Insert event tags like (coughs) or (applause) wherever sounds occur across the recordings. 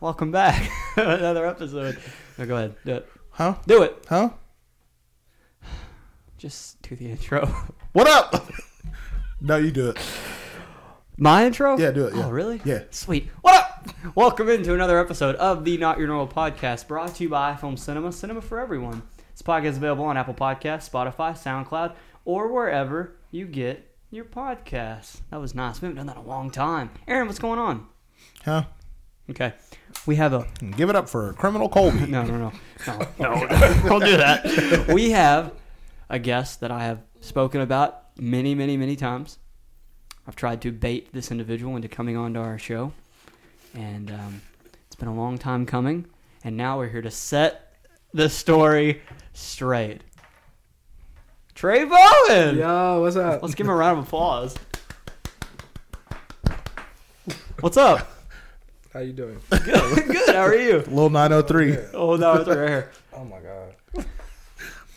Welcome back. (laughs) Another episode. No, go ahead. Do it. Huh? Do it. Huh? Just do the intro. (laughs) What up? (laughs) no, you do it. My intro? Yeah, do it, yeah. Oh, really? Yeah. Sweet. What up? Welcome into another episode of the Not Your Normal Podcast, brought to you by Film Cinema, Cinema for Everyone. This podcast is available on Apple Podcasts, Spotify, SoundCloud, or wherever you get your podcasts. That was nice. We haven't done that in a long time. Aaron, what's going on? Huh? Okay. We have a Give it up for Criminal (laughs) Colby. No, no, no. No, no. Don't do that. (laughs) We have a guest that I have spoken about many, many, many times. I've tried to bait this individual into coming onto our show, and um, it's been a long time coming. And now we're here to set the story straight. Trey Bowen! Yo, what's up? Let's give him a round of applause. What's up? (laughs) How you doing? Good. Good. How are you? Little 903. Oh, no, it's right here. Oh my god.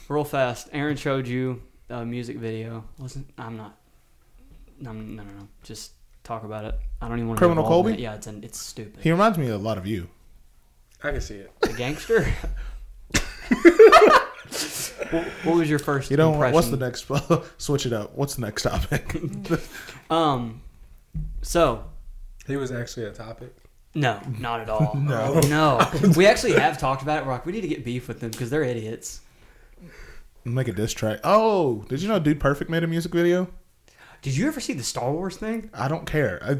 Real fast, Aaron showed you a music video. Wasn't I'm not. No, no, no, no. Just talk about it. I don't even want to. Criminal Colby? Yeah, it's an, it's stupid. He reminds me a lot of you. I can see it. a (laughs) gangster. what, what was your first? You don't. impression? What's the next? (laughs) switch it up. What's the next topic? (laughs) Um. So He was actually a topic. no, not at (laughs) all. no, no. We actually have talked about it. We're like, we need to get beef with them because they're idiots. Make a diss track. Oh, did you know Dude Perfect made a music video? Did you ever see the Star Wars (laughs) thing? I don't care. I, I, (laughs)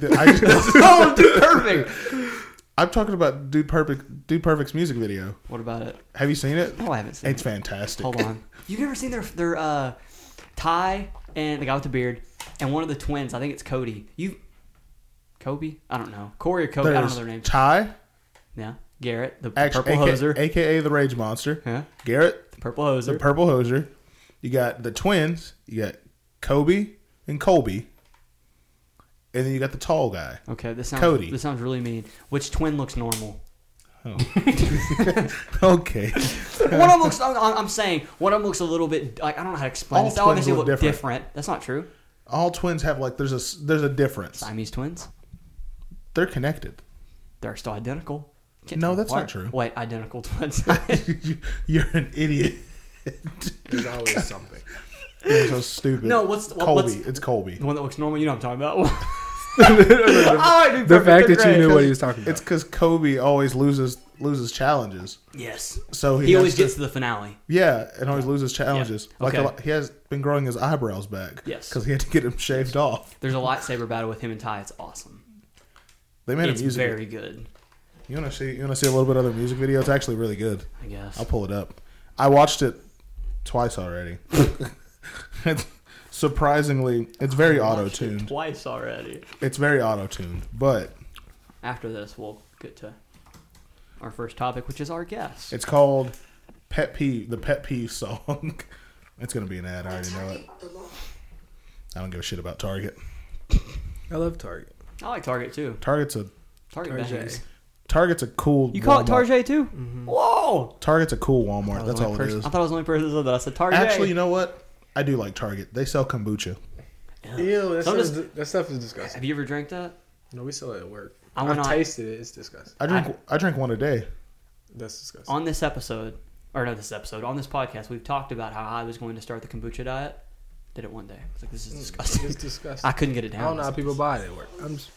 oh, dude, (laughs) perfect. I'm talking about Dude Perfect. Dude Perfect's music video. What about it? Have you seen it? No, I haven't seen. it. It's (laughs) fantastic. Hold on. You've never seen their their uh, Ty and the guy with the beard and one of the twins. I think it's Cody. You, Kobe? I don't know. Corey or Kobe? I don't know (laughs) There's their names. Ty, Yeah, Garrett, the actually, purple AKA, hoser. aka the Rage Monster. yeah, Garrett, the purple the hoser. purple hoser. You got the twins. You got Kobe and Colby, and then you got the (laughs) tall guy. okay, this sounds Cody. this sounds really mean. Which twin looks (laughs) normal? Okay, one of them looks. I'm, I'm saying one of them looks a little bit like I don't know how to explain. All this. They twins obviously look look different. different. That's not true. (laughs) all twins have like there's a s- there's a difference. Siamese twins. They're connected. (laughs) (laughs) They're still identical. Can't No, tell that's apart. not true. Wait, identical twins. (laughs) You- You're an idiot. (laughs) There's always something. You're so stupid. No, what's- what- Colby? what's- it's Colby. the one that looks normal. You know what I'm talking about. (laughs) it's Oh, I do (laughs) The perfect fact that you grade. knew what he was talking about. because Kobe always loses loses challenges. Yes. So he, He always has to- gets to the finale. yeah, and always loses challenges. Yeah. Like Okay. a lot, he has been growing his eyebrows back. Yes. because he had to get them shaved off. There's a lightsaber battle with him and Ty. It's awesome. They made it's a music. video. very good. You want to see? You want to see a little bit of their music video? It's actually really good. I guess. I'll pull it up. I watched it twice already. (laughs) it's surprisingly, it's very auto Watched it tuned. twice already. It's very auto tuned, but After this, we'll get to our first topic, which is our guest. it's called "Pet Peeve." The pet peeve song. (laughs) it's gonna be an ad. I already know it. I don't give a shit about Target. I love Target. I like Target too. Target's a Target Tarjay. bangs. Target's a cool. You call Walmart. it Target Oh, too? Whoa! Target's a cool I Walmart. was That's the Mm-hmm. only all it person- is. I thought I was the only person that said that. I said Target. Actually, you know what? I do like Target. They sell kombucha. Ew, that So I'm stuff, just- is, that stuff is disgusting. have you ever drank that? No, we sell it at work. I I went have on- tasted it. It's disgusting. I drink. I, drink one a day. That's disgusting. On this episode, or no, this episode, on this podcast, we've talked about how I was going to start the kombucha diet. Did it one day. I was like, this is It's disgusting. (laughs) disgusting. I I, couldn't get it down. don't Mm. know I how was like, people buy it at work. I'm just,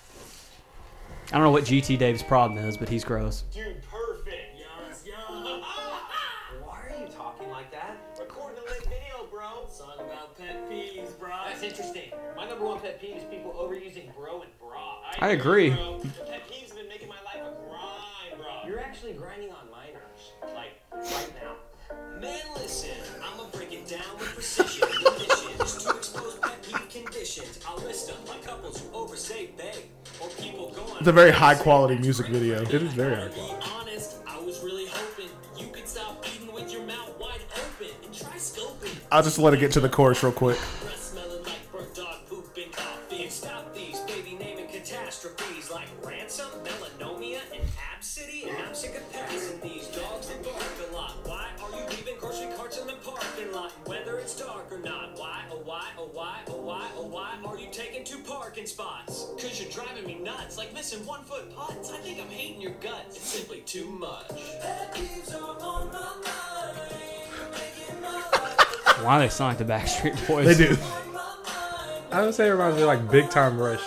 I don't know what GT Dave's problem is, but he's gross. Dude, perfect. Yes, yes. (laughs) Why are you talking like that? Recording a lit video, bro. It's all about pet peeves, bro. That's interesting. My number one pet peeve is people overusing bro and bra. I agree. Bro. The pet peeves have been making my life a grind, bro. You're actually grinding on my nerves, like right now. Man, listen. I'ma break it down with precision. Conditions to expose pet peeve conditions. I'll list them like couples who oversay they or people going. It's a very high quality music video. it is very hard To be honest, I was really hoping you could stop eating with your mouth wide open and try scoping. I'll just let it get to the chorus real quick. Breath smelling like burnt dog poop and coffee. And stop these baby naming catastrophes. breeds like Ransom, Melanomia, and Absidy, and I'm sick of passing these dogs that bark a lot. Why are you leaving grocery carts in the parking lot, whether it's dark or not? Why, oh why, oh why, oh why, oh why are you taking two parking spots? Cause you're driving me nuts, like missing one foot putts. I think I'm hating your guts. It's simply too much. Pet peeves are on my mind, making my life Why they sound like the Backstreet (laughs) Boys? They do. on my mind. I would say it reminds me of like Big Time Rush.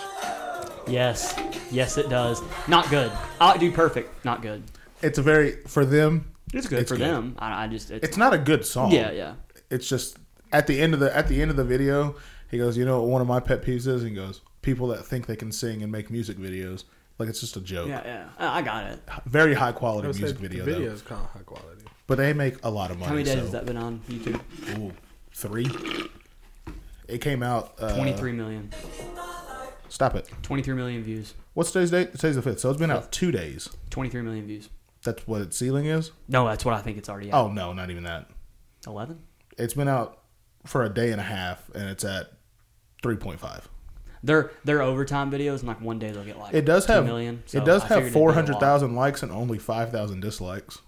Yes, yes, it does. Not good. I do perfect. Not good. It's a very for them. It's good It's for good. them. I, I just it's, It's not a good song. yeah, yeah. It's just at the end of the at the end of the video, he goes, "You know what one of my pet peeves is?" And he goes, "People that think they can sing and make music videos." Like it's just a joke. Yeah, yeah. I I got it. Very high I quality would say music the video video though. is kind of high quality. But they make a lot of money. How many days so- has that been on YouTube? Ooh, three. It came out. Uh, 23 million. Stop it. 23 million views. What's today's date? Today's the fifth. So it's been out two days. 23 million views. That's what its ceiling is. No, that's what I think it's already at. Oh no, not even that. Oh. 11? It's been out for a day and a half, and it's at three point five. Their their overtime videos in like one day they'll get like It does 2 have million. So it does I figured have it'd be a four lot. hundred thousand likes and only five thousand dislikes.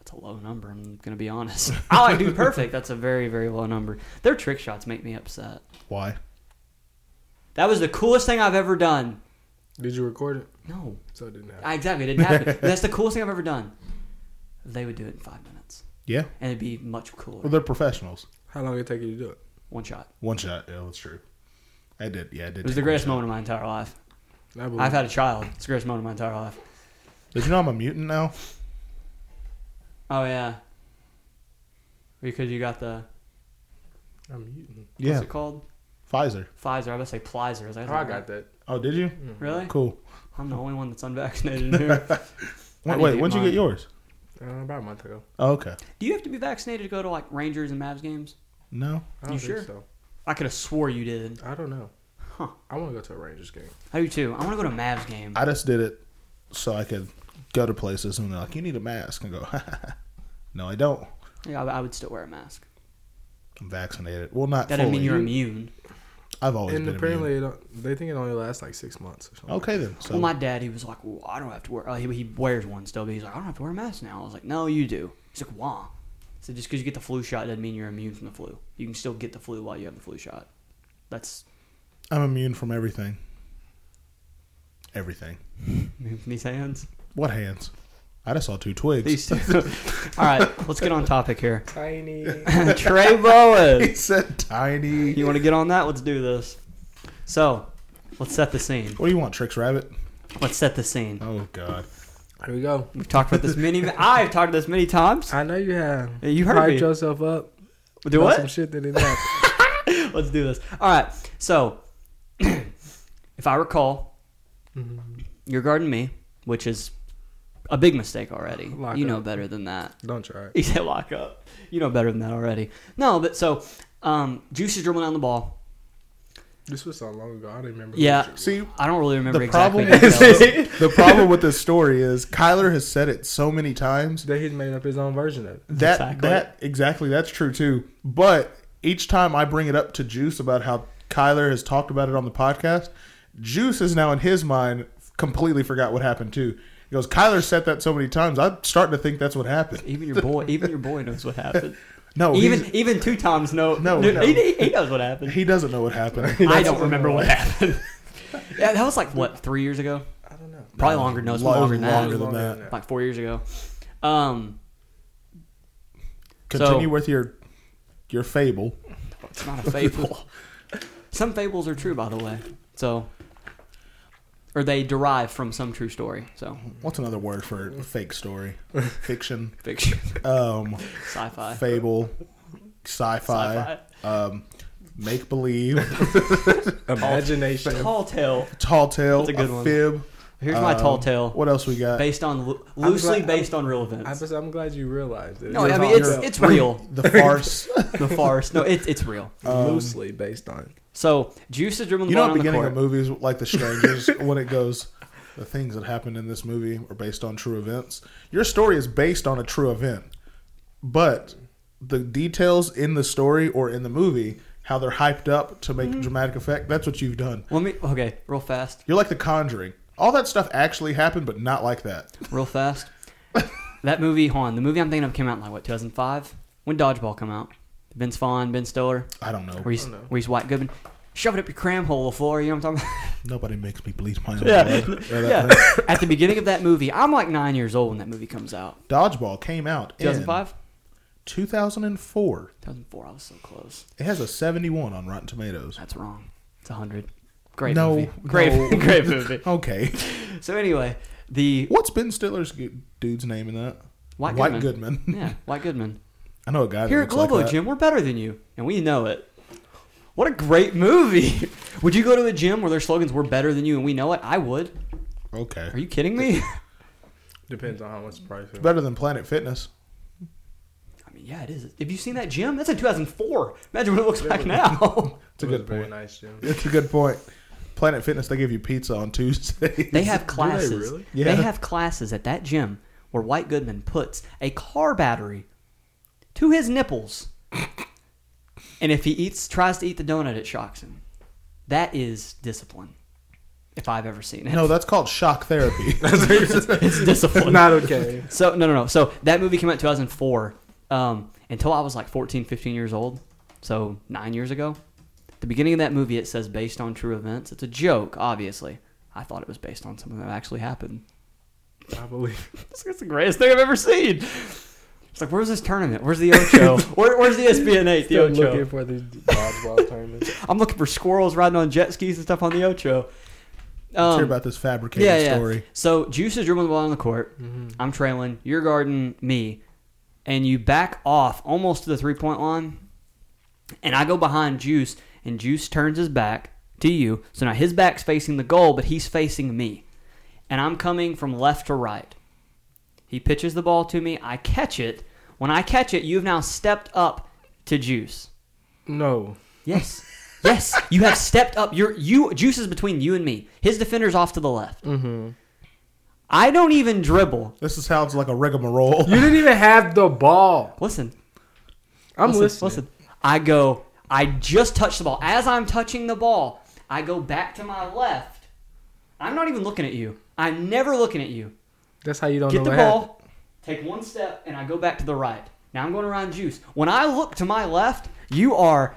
That's a low number. I'm gonna be honest. (laughs) I like Dude Perfect. That's a very very low number. Their trick shots make me upset. Why? That was the coolest thing I've ever done. Did you record it? No, So it didn't happen. I exactly it didn't (laughs) happen. That's the coolest thing I've ever done. They would do it in five minutes, Yeah. and it'd be much cooler. Well, they're professionals. How long did it take you to do it? One shot. One shot. Yeah, that's true. I did. Yeah, I did. It was take the one greatest shot. moment of my entire life. I believe I've had a child. It's the greatest moment of my entire life. Did you know I'm a mutant now? Oh yeah, because you got the I'm muting. what's Yeah. it called Pfizer. Pfizer. I was gonna say Plizer. I, was like, Oh, I got that. Oh, did you? Really? (laughs) Cool. I'm the only one that's unvaccinated in (laughs) here. I Wait, need to wait get when'd you mine. get yours? Uh, about a month ago. Oh, okay. Do you have to be vaccinated to go to like Rangers and Mavs games? No. I don't You think sure? So. I could have swore you did. I don't know. Huh. I want to go to a Rangers game. I do too. I want to go to a Mavs game. I just did it so I could go to places and they're like, "You need a mask," and I go, (laughs) "No, I don't. Yeah, I, I would still wear a mask. I'm vaccinated. Well, not That fully. doesn't mean you're immune. I've always and Oh, been apparently, immune. it, don't- they think it only lasts like six months or something. Okay then. So Well, my dad, he was like, well, I don't have to wear. Uh, he, he wears one still, but he's like, I don't have to wear a mask now. I was like, No, you do. He's like, Why? So just because you get the flu shot doesn't mean you're immune from the flu. You can still get the flu while you have the flu shot. That's I'm immune from everything. Everything. these hands. What hands? I just saw two twigs. These two. All right, let's get on topic here. (laughs) Tiny. Trey Bowen. (laughs) he said tiny. You want to get on that? Let's do this. So, let's set the scene. What do you want, Tricks Rabbit? Let's set the scene. Oh God. (laughs) Here we go. We've talked about this many. I've talked about this many times. I know you have. Yeah, you heard Hyped me. yourself up. Do about what? Some shit that didn't happen. Let's do this. All right. So, (clears throat) if I recall, Mm-hmm. you're guarding me, which is a big mistake already. Lock you know up. better than (laughs) that. don't try it. He said lock up. You know better than that already. No, but so um, Juice is dribbling down the ball. This was so long ago. I don't even remember. Yeah. who See, I don't really remember the exactly. problem what is that was. the problem with this (laughs) story is Kyler has said it so many times That he's made up his own version of it. that Exactly. that exactly that's true too. But each time I bring it up to Juice about how Kyler has talked about it on the podcast, Juice is now in his mind completely forgot what happened too. He goes, Kyler said that so many times. I'm starting to think that's what happened. even your boy, even your boy knows (laughs) what happened. No, even even even two times no No, no, no. He, he knows what happened. he doesn't know what happened. (laughs) I don't remember (laughs) what happened. yeah, that was like what three years ago. I don't know. Probably longer. No, it's Lo- longer than that. longer than that. Like four years ago. Um, Continue So- with your your fable. it's (laughs) not a fable. some fables are true, by the way. So, or they derive from some true story. So, What's another word for fake story? Fiction. fiction, Um sci-fi, fable. Sci-fi. Sci-fi. Um make believe. Imagination. tall tale. Tall tale. That's a good a one. fib. Here's my tall Um, tale. What else we got? Based on lo- loosely glad- based on real I events. was, I'm glad you realized it. no, It I was mean all it's real. it's (laughs) real. The (laughs) farce. the farce. No, it's it's real. loosely based on. So Juice is dribbling the you ball know, down at the the beginning court. of movies (laughs) like The Strangers, when it goes, the things that happened in this movie are based on true events. Your story is based on a true event, but the details in the story or in the movie how they're hyped up to Mm-hmm. make dramatic effect. That's what you've done. Let me okay, real fast, You're like The Conjuring. All that stuff actually happened, but not like that. real fast. that movie, hold on, the movie I'm thinking of came out in like what 2005. When Dodgeball come out, Vince Vaughn, Ben Stiller, I don't know. where he's know. where he's White Goodman, shove it up your cram hole, floor. You know what I'm talking about? Nobody makes me bleed my (laughs) own blood. Yeah, that yeah. thing. At the beginning of that movie, I'm like nine years old when that movie comes out. Dodgeball came out in 2005, 2004. 2004. I was so close. It has a 71 on Rotten Tomatoes. That's wrong. It's 100. Great No, movie. Great, (laughs) no. great movie. Okay. (laughs) So anyway, the What's Ben Stiller's gu- dude's name in that? White White Goodman. Goodman. (laughs) yeah, White Goodman. I know a guy that Here at looks like Globo that. Gym, we're better than you, and we know it. What a great movie! (laughs) Would you go to a gym where their slogans "We're better than you" and we know it? I would. Okay. Are you kidding me? (laughs) Depends on how much the price is. Better than Planet Fitness. I mean, yeah, it is. Have you seen that gym? That's in 2004. Imagine what it looks like now. It's a It was good very point. nice gym. It's a good point. Planet Fitness, they give you pizza on Tuesdays. They have classes. they, really? Yeah. have classes at that gym where White Goodman puts a car battery to his nipples, and if he eats, tries to eat the donut, it shocks him. That is discipline, if I've ever seen it. (laughs) no, that's called shock therapy. it's (laughs) discipline. Not okay. So no, no, no. So that movie came out in 2004. Um, until I was like 14, 15 years old, so nine years ago. At the beginning of that movie, it says based on true events. It's a joke, obviously. I thought it was based on something that actually happened. (laughs) I believe. It's, it's the greatest thing I've ever seen. It's like, where's this tournament? Where's (laughs) the Ocho? Where, where's the ESPN eight? The Still Ocho. looking for these dodgeball tournaments. I'm looking for squirrels riding on jet skis and stuff on the Ocho. Let's hear Um, about this fabricated yeah, yeah. story. So Juice is dribbling the ball on the court. I'm trailing. You're guarding me, and you back off almost to the three point line. And I go behind Juice, and Juice turns his back to you. So now his back's facing the goal, but he's facing me, and I'm coming from left to right. He pitches the ball to me. I catch it. When I catch it, you've now stepped up to Juice. No. Yes. (laughs) Yes, you have stepped up. Your you juice is between you and me. His defender's off to the left. Mm-hmm. I don't even dribble. This is how it's like a rigmarole. You didn't even have the ball. Listen, I'm listen, listening. listen. I go. I just touch the ball. As I'm touching the ball, I go back to my left. I'm not even looking at you. I'm never looking at you. That's how you don't Get know the what ball, happened. take one step, and I go back to the right. Now I'm going around juice. When I look to my left, you are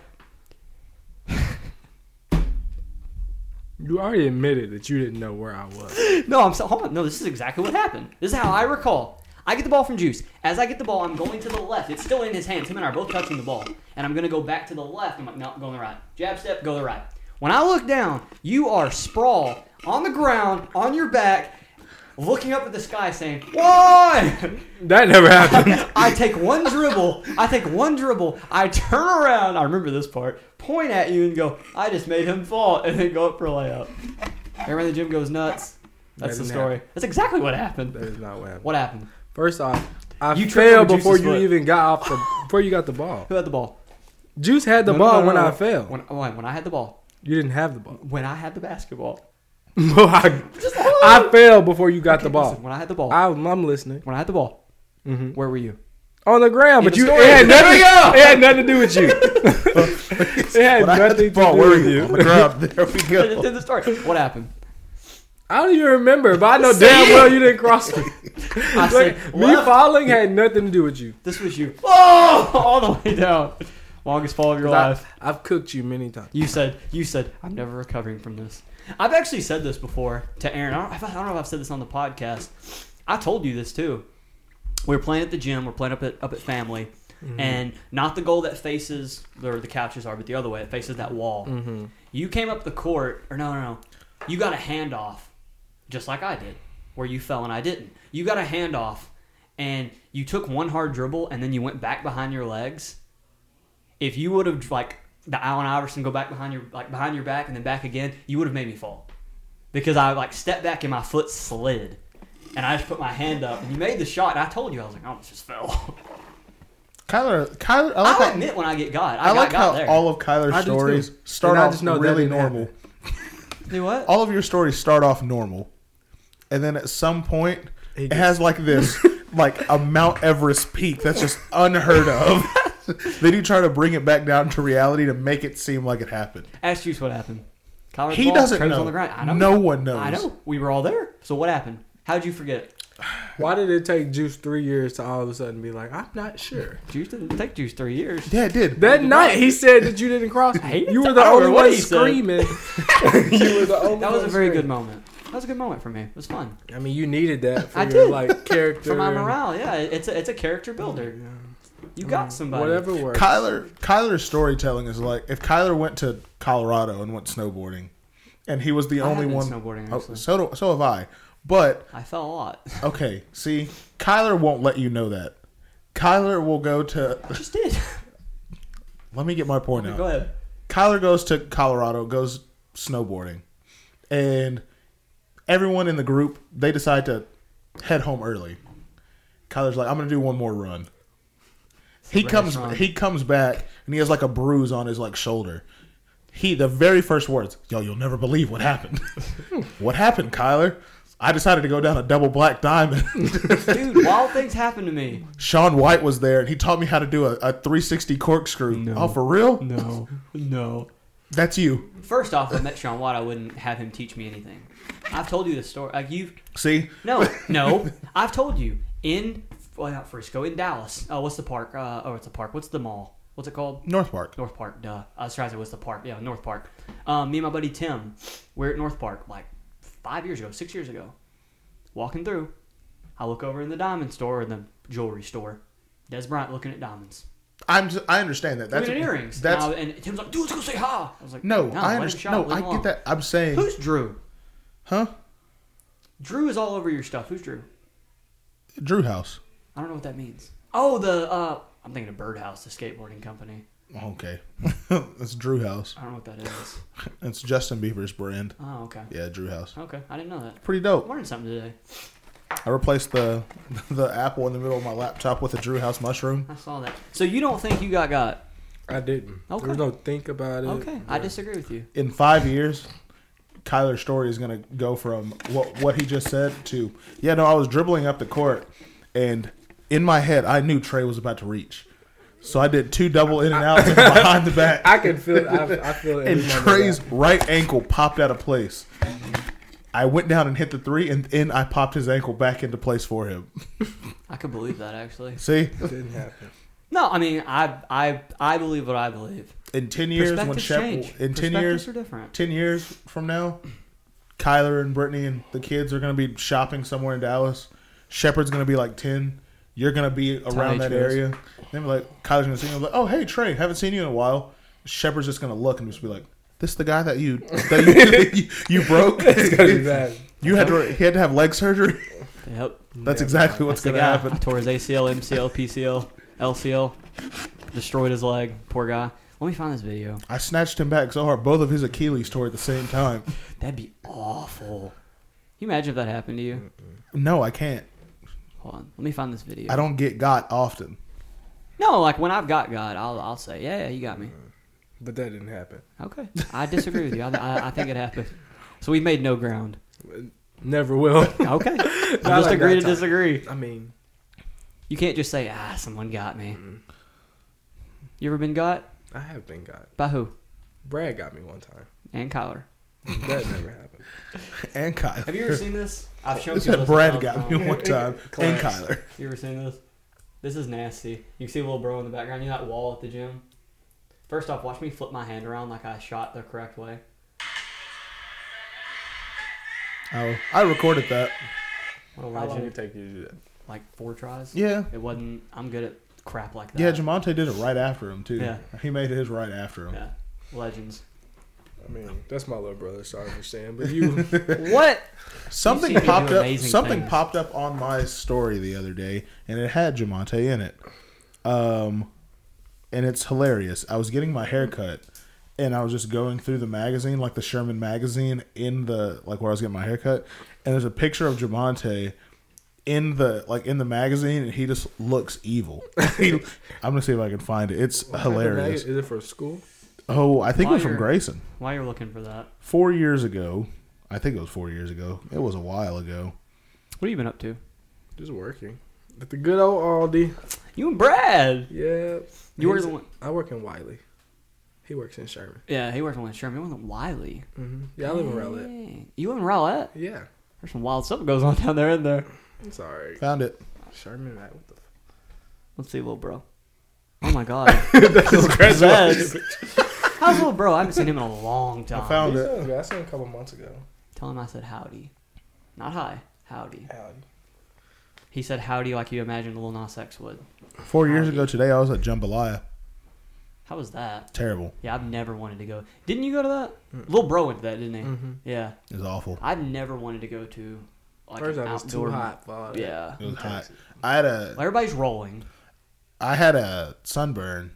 You already admitted that you didn't know where I was. (laughs) (laughs) No, I'm so, hold on. No, this is exactly what happened. This is how I recall. I get the ball from Juice. As I get the ball, I'm going to the left. It's still in his hands. Him and I are both touching the ball. And I'm going to go back to the left. I'm like, no, I'm going to the right. Jab step, go to the right. When I look down, you are sprawl on the ground, on your back, looking up at the sky saying, Why? (laughs) That never happened. I take one dribble. I take one dribble. I turn around. I remember this part. Point at you and go, I just made him fall, and then go up for a layup. Everyone in the gym goes nuts. That's the Doesn't story. That's exactly what happened. that is not what happened. What happened? First off, I You tripped failed over Juice's before you foot. even got off the before you got the ball. Who had the ball? Juice had the No, no, ball no, no, when no. I failed. When, oh, when, when I had the ball. you didn't have the (laughs) ball. (laughs) When I had the basketball. Well, I, I failed before you got the Listen, ball. when I had the ball. I, I'm listening when I had the ball. Mhm. Where were (laughs) you? on the ground, In but the you it story. had, There nothing, we go. it had nothing to do with (laughs) you. (laughs) it had (laughs) But I had nothing the ball. to do Where with are you? (laughs) you. On the ground. There we I just go. did the story. What happened? I don't even remember, (laughs) but I know See? damn well you didn't cross me. I Like, said, me left. falling had nothing to do with you. This was you. Oh, (laughs) all the way down. Longest fall of your I, life. I've cooked you many times. You said, you said, I'm never recovering from this. I've actually said this before to Aaron. I don't, I don't know if I've said this on the podcast. I told you this too. We were playing at the gym. We're playing up at up at family, and not the goal that faces where the couches are, but the other way it faces that wall. You came up the court, or no, no, no. You got a handoff, just like I did, where you fell and I didn't. You got a handoff, and you took one hard dribble, and then you went back behind your legs if you would have like the Allen Iverson go back behind your like behind your back and then back again, you would have made me fall because I like stepped back and my foot slid, and I just put my hand up and you made the shot. And I told you I was like, I almost just fell. (laughs) Kyler, Kyler, I like I'll how, admit when I get God, I, I got like got how there. all of Kyler's I do too. stories And start I off just know that really didn't normal. Do what? All of your stories start off normal, and then at some point, He it (laughs) just- has like this, like a Mount Everest peak that's just unheard of. (laughs) they do try to bring it back down to reality to make it seem like it happened. Ask Juice what happened. College He ball, doesn't Travis know. on the ground. I don't No one knows. I know. We were all there. So what happened? How'd you forget it? Why did it take Juice three years to all of a sudden be like, I'm not sure? Juice didn't take Juice three years. Yeah, it did. That night he said that you didn't cross (laughs) I me. hate You it. were the I don't only know what one he said. screaming. (laughs) you were the only That was a very one screaming. good moment. That was a good moment for me. It was fun I mean, you needed that for I your did. like (laughs) character. for my and- morale. Yeah, it's a, it's a character builder. You Mm. got somebody. Whatever works. Kyler Kyler's storytelling is like if Kyler went to Colorado and went snowboarding, and he was the I have only been one snowboarding, Oh, actually. so do, so have I. But I fell a lot. okay, see, Kyler won't let you know that. Kyler will go to. I just did. Let me get my point out. Go ahead. Kyler goes to Colorado, goes snowboarding, and everyone in the group they decide to head home early. Kyler's like, "I'm gonna do one more run." He Rash comes, run. he comes back, and he has like a bruise on his like shoulder. He the very first words, "Yo, you'll never believe what happened." (laughs) what happened, Kyler? I decided to go down a double black diamond. (laughs) Dude, wild things happen to me. Sean White was there, and he taught me how to do a, a 360 corkscrew. Oh, for real? (laughs) No. No. That's you. First off, if I met Sean Watt, I wouldn't have him teach me anything. I've told you the story. Like you've See, no, no. I've told you in well, not Frisco, in Dallas. Oh, what's the park? Uh, oh, it's a park. What's the mall? What's it called? North Park. North Park, duh. I was trying to say what's the park? Yeah, North Park. Um, me and my buddy Tim, we're at North Park like five years ago, six years ago. Walking through, I look over in the diamond store in the jewelry store. Des Bryant looking at diamonds, I'm just, I understand that. That's looking at earrings. That's and, I- and Tim's like, "Dude, let's go say hi." I was like, no, let I him understand. shop, No, leave I him alone." get that. I'm saying, Who's Drew? huh? Drew is all over your stuff. Who's Drew? Drew House. I don't know what that means. Oh, the uh, I'm thinking of Birdhouse, the skateboarding company. Oh, Okay, (laughs) that's Drew House. I don't know what that (laughs) is. It's Justin Bieber's brand. Oh, okay. Yeah, Drew House. Okay, I didn't know that. Pretty dope. Learned something today. I replaced the (laughs) the apple in the middle of my laptop with a Drew House mushroom. I saw that. So you don't think you got got? I didn't. Okay. There was no think about it. Okay, I disagree with you. In five years, Kyler's story is gonna go from what what he just said to yeah. No, I was dribbling up the court, and in my head, I knew Trey was about to reach, so I did two double in and outs and behind (laughs) the back. I can feel. it. I, (laughs) I feel it. every and moment of Trey's that. right ankle popped out of place. I went down and hit the three, and then I popped his ankle back into place for him. (laughs) I could believe that actually. See, didn't happen. (laughs) No, I mean I I I believe what I believe. in ten years when Perspectives change. Shep, in ten Perspectives years, are different. ten years from now, Kyler and Brittany and the kids are going to be shopping somewhere in Dallas. Shepard's going to be like ten. You're going to be around that age goes. area. Then be like Kyler's going to see you. and be Like, oh hey Trey, haven't seen you in a while. Shepard's just going to look and just be like, this the guy that you (laughs) that you, you, broke. It's gonna be bad. (laughs) You had to he had to have leg surgery. Yep. That's exactly what's The going to guy happen. I tore his ACL, MCL, PCL, LCL. Destroyed his leg. Poor guy. Let me find this video. I snatched him back so hard, both of his Achilles tore at the same time. That'd be awful. Can you imagine if that happened to you? No, I can't. Hold on. Let me find this video. I don't get got often. No, like when I've got God, I'll I'll say, yeah, yeah, you got me. But that didn't happen. Okay. I disagree with you. I, I, I think it happened. So we made no ground. Never (laughs) will. Okay. (laughs) I Not just like agree to that time. disagree. I mean, You can't just say, ah, someone got me. Mm-hmm. You ever been got? I have been got. By who? Brad got me one time. And Kyler. That never happened. And Kyler. Have you ever seen this? (laughs) I've shown This people this. said Brad when I was got me growing up. (laughs) one (laughs) time. and Kyler. You ever seen this? This is nasty. You can see a little bro in the background. You know that wall at the gym? First off, watch me flip my hand around like I shot the correct way. Oh, I recorded that. What a How long did legend. it take you to do that? Like four tries? Yeah. It wasn't, I'm good at crap like that. Yeah, Jamonte did it right after him, too. Yeah. He made his right after him. Yeah. (laughs) Legends. I mean, that's my little brother. So I understand. (laughs) But you, (laughs) what? Something You've seen him do popped up amazing something things. popped up on my story the other day and it had Jamonte in it. Um and it's hilarious. I was getting my hair cut and I was just going through the magazine, like the Sherman magazine in the like where I was getting my hair cut, and there's a picture of Jamonte in the like in the magazine and he just looks evil. (laughs) He- I'm gonna see if I can find it. It's hilarious. Is it for school? Oh, I think it was Why from you're- Grayson While you're looking for that, four years ago. I think it was four years ago. It was a while ago. what have you been up to? Just working. But the good old Aldi. You and Brad. Yeah. You were He's- the one. I work in Wiley. He works in Sherman. Yeah, he worked on Sherman. You went with Wiley. Mm-hmm. Yeah, I live in Rowlett. Dang. You and Rowlett. Yeah. There's some wild stuff that goes on (laughs) down there, in there? It's all right. Found it. Sherman, that what the f- Let's see, little bro. Oh my (laughs) god. (laughs) That's his That's- How's little bro? I haven't seen him in a long time. I found it. I saw him a couple months ago. Tell him I said howdy. Not hi. Howdy. Howdy. He said howdy like you imagined Lil Nas X would. Four years ago today, I was at Jambalaya. How was that? Terrible. Yeah, I've never wanted to go. Didn't you go to that? Mm. Little bro went to that, didn't he? Mm-hmm. Yeah. It was awful. I've never wanted to go to like First an off, it's outdoor. too hot. For all that. (laughs) Yeah. It was hot. I had a Well, everybody's rolling. I had a sunburn,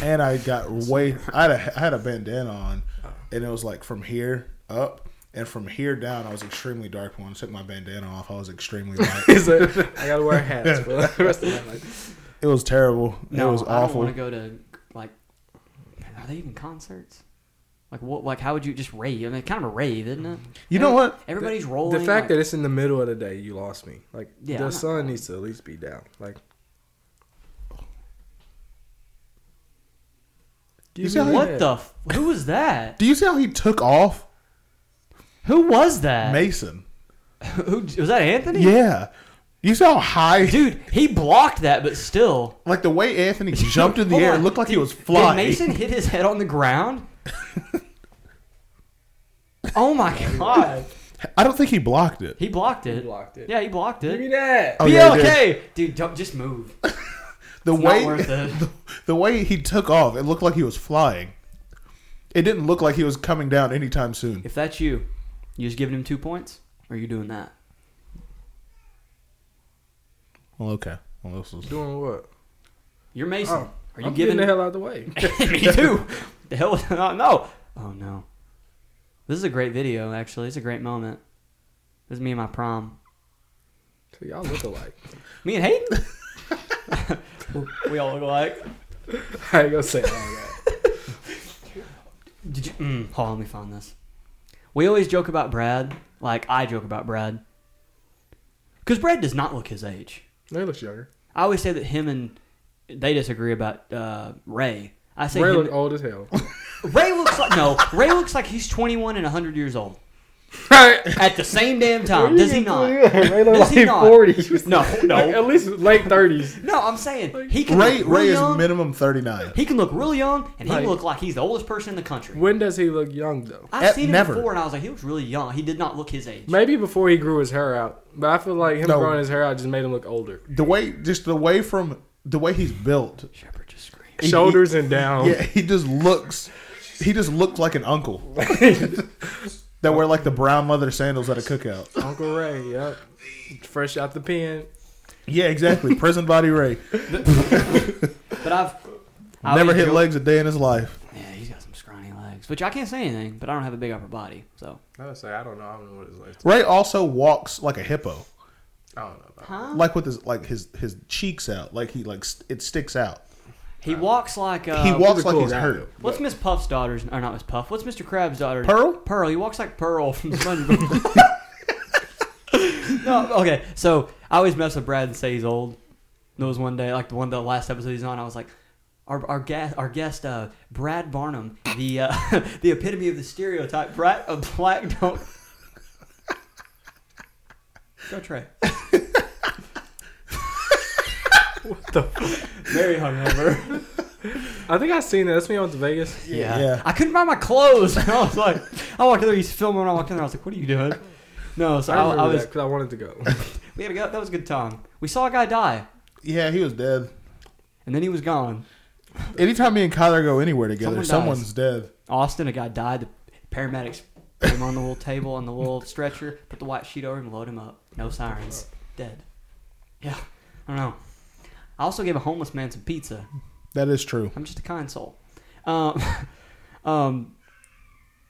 and I got way. I had a I had a bandana on, and it was like from here up. And from here down, I was extremely dark. When I took my bandana off, I was extremely (laughs) light. He's like, I gotta (laughs) wear hats for the rest of my life. it was terrible. No, it was I don't awful. want to go to like. Are they even concerts? Like what? Like how would you just rave? I mean, kind of a rave, isn't it? You know what? Everybody's The- rolling. The fact like- that it's in the middle of the day, you lost me. Like Yeah, I'm the not- sun needs to at least be down. Like. Give see me how he- what that. the? F- who was that? Do you see how he took off Who was that? Mason? Who was that? Anthony? Yeah. You see how high, Dude, he blocked that, but still. like the way Anthony jumped in the Hold air, on. it looked like he Did- was flying. Did Mason hit his head on the ground? oh (laughs) my god, I don't think he blocked it. he blocked it. blocked it. Yeah, he blocked Give me it. that. Oh, yeah, BLK, he did. dude, don't just move. The not way (laughs) worth it. The, the way he took off, it looked like he was flying. It didn't look like he was coming down anytime soon. If that's you, you just giving him two points, or you doing that? Well, okay. Well, this was Doing what? You're Mason. Oh, Are you I'm giving getting the hell out of the way. (laughs) Me too. The hell with oh, no. Oh no. This is a great video, actually. It's a great moment. This is me and my prom. So y'all look alike. (laughs) Me and Hayden. (laughs) we all look alike. I ain't gonna say all that. Did you? Mm, hold on, let me find this. We always joke about Brad. Like I joke about Brad, because Brad does not look his age. No, he looks younger. I always say that him and they disagree about uh, Ray. I say Ray him- look old (laughs) as hell. (laughs) Ray looks like no. Ray looks like he's 21 and 100 years old right. at the same (laughs) damn time. Does he not? Ray Does look he like not? forties. No, (laughs) Like, no, at least late thirties. no. I'm saying he can Ray. look really Ray is young. minimum thirty nine. he can look really young, and he Like- can look like he's the oldest person in the country. When does he look young though? I've At- seen him Eh, never. before, and I was like, he looks really young. He did not look his age. Maybe before he grew his hair out, but I feel like him No. growing his hair out just made him look older. The way, just the way from the way he's built. Shepard just screamed. he- Shoulders and Oh. down. Yeah, he just looks. He just looked like an uncle (laughs) that wear like the brown leather sandals at a cookout. Uncle Ray. Yep. Fresh out the pen. Yeah, exactly. Prison body Ray But I've I never always hit joke- legs a day in his life. Yeah, he's got some scrawny legs, which I can't say anything. But I don't have a big upper body, so I was say I don't know. I don't know what his legs. Ray also walks like a hippo, I don't know. About huh? like with his like his his cheeks out, like he like st- it sticks out. He walks like uh, he walks a like cool he's guy, hurt. What's Miss Puff's daughter's? Or not Miss Puff? What's Mr. Krabs' daughter? Pearl? Pearl. He walks like Pearl from SpongeBob. (laughs) no, okay. So I always mess with Brad and say he's old. There was one day, like the one the last episode he's on. I was like, our our guest, our guest, uh, Brad Barnum, the uh, (laughs) the epitome of the stereotype, Brad, a black dog. Go Trey. what the? Fuck? Very hungover. I think I seen that. That's when I went to Vegas. Yeah. Yeah. I couldn't buy my clothes. (laughs) And I was like, I walked in there, he's filming, and I walked in there, I was like, what are you doing? No, so I I, remember I was, because I wanted to go. we had a go, that was a good time. We saw a guy die, Yeah, he was dead. and then he was gone. Anytime me and Kyler go anywhere together, Someone dies. someone's dead. Austin, a guy died. The paramedics put him on the little table, on the (laughs) little stretcher, put the white sheet over him, load him up. No sirens. Dead. Yeah. I don't know. I also gave a homeless man some pizza. That is true. I'm just a kind soul. Um, (laughs) um,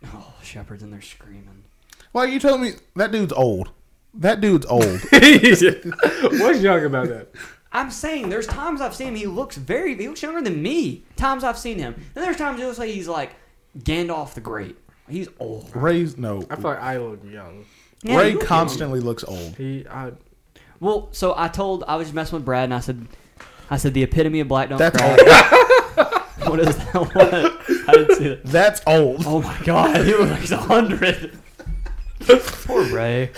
oh, Shepard's in there screaming. Like you told me, that dude's old. That (laughs) dude's old. (laughs) What's young about that? I'm saying there's times I've seen him. He looks very he looks younger than me. Times I've seen him, and there's times it looks like he's like Gandalf the Great. He's old. Ray's no. I feel like I look young. Yeah, Ray he looks constantly looks old. He, I, Well, so I told I was just messing with Brad, and I said, I said the epitome of black don't That's cry. what is that? (laughs) What? I didn't see that. That's old. Oh my god, he was like (laughs) hundred. Poor Ray.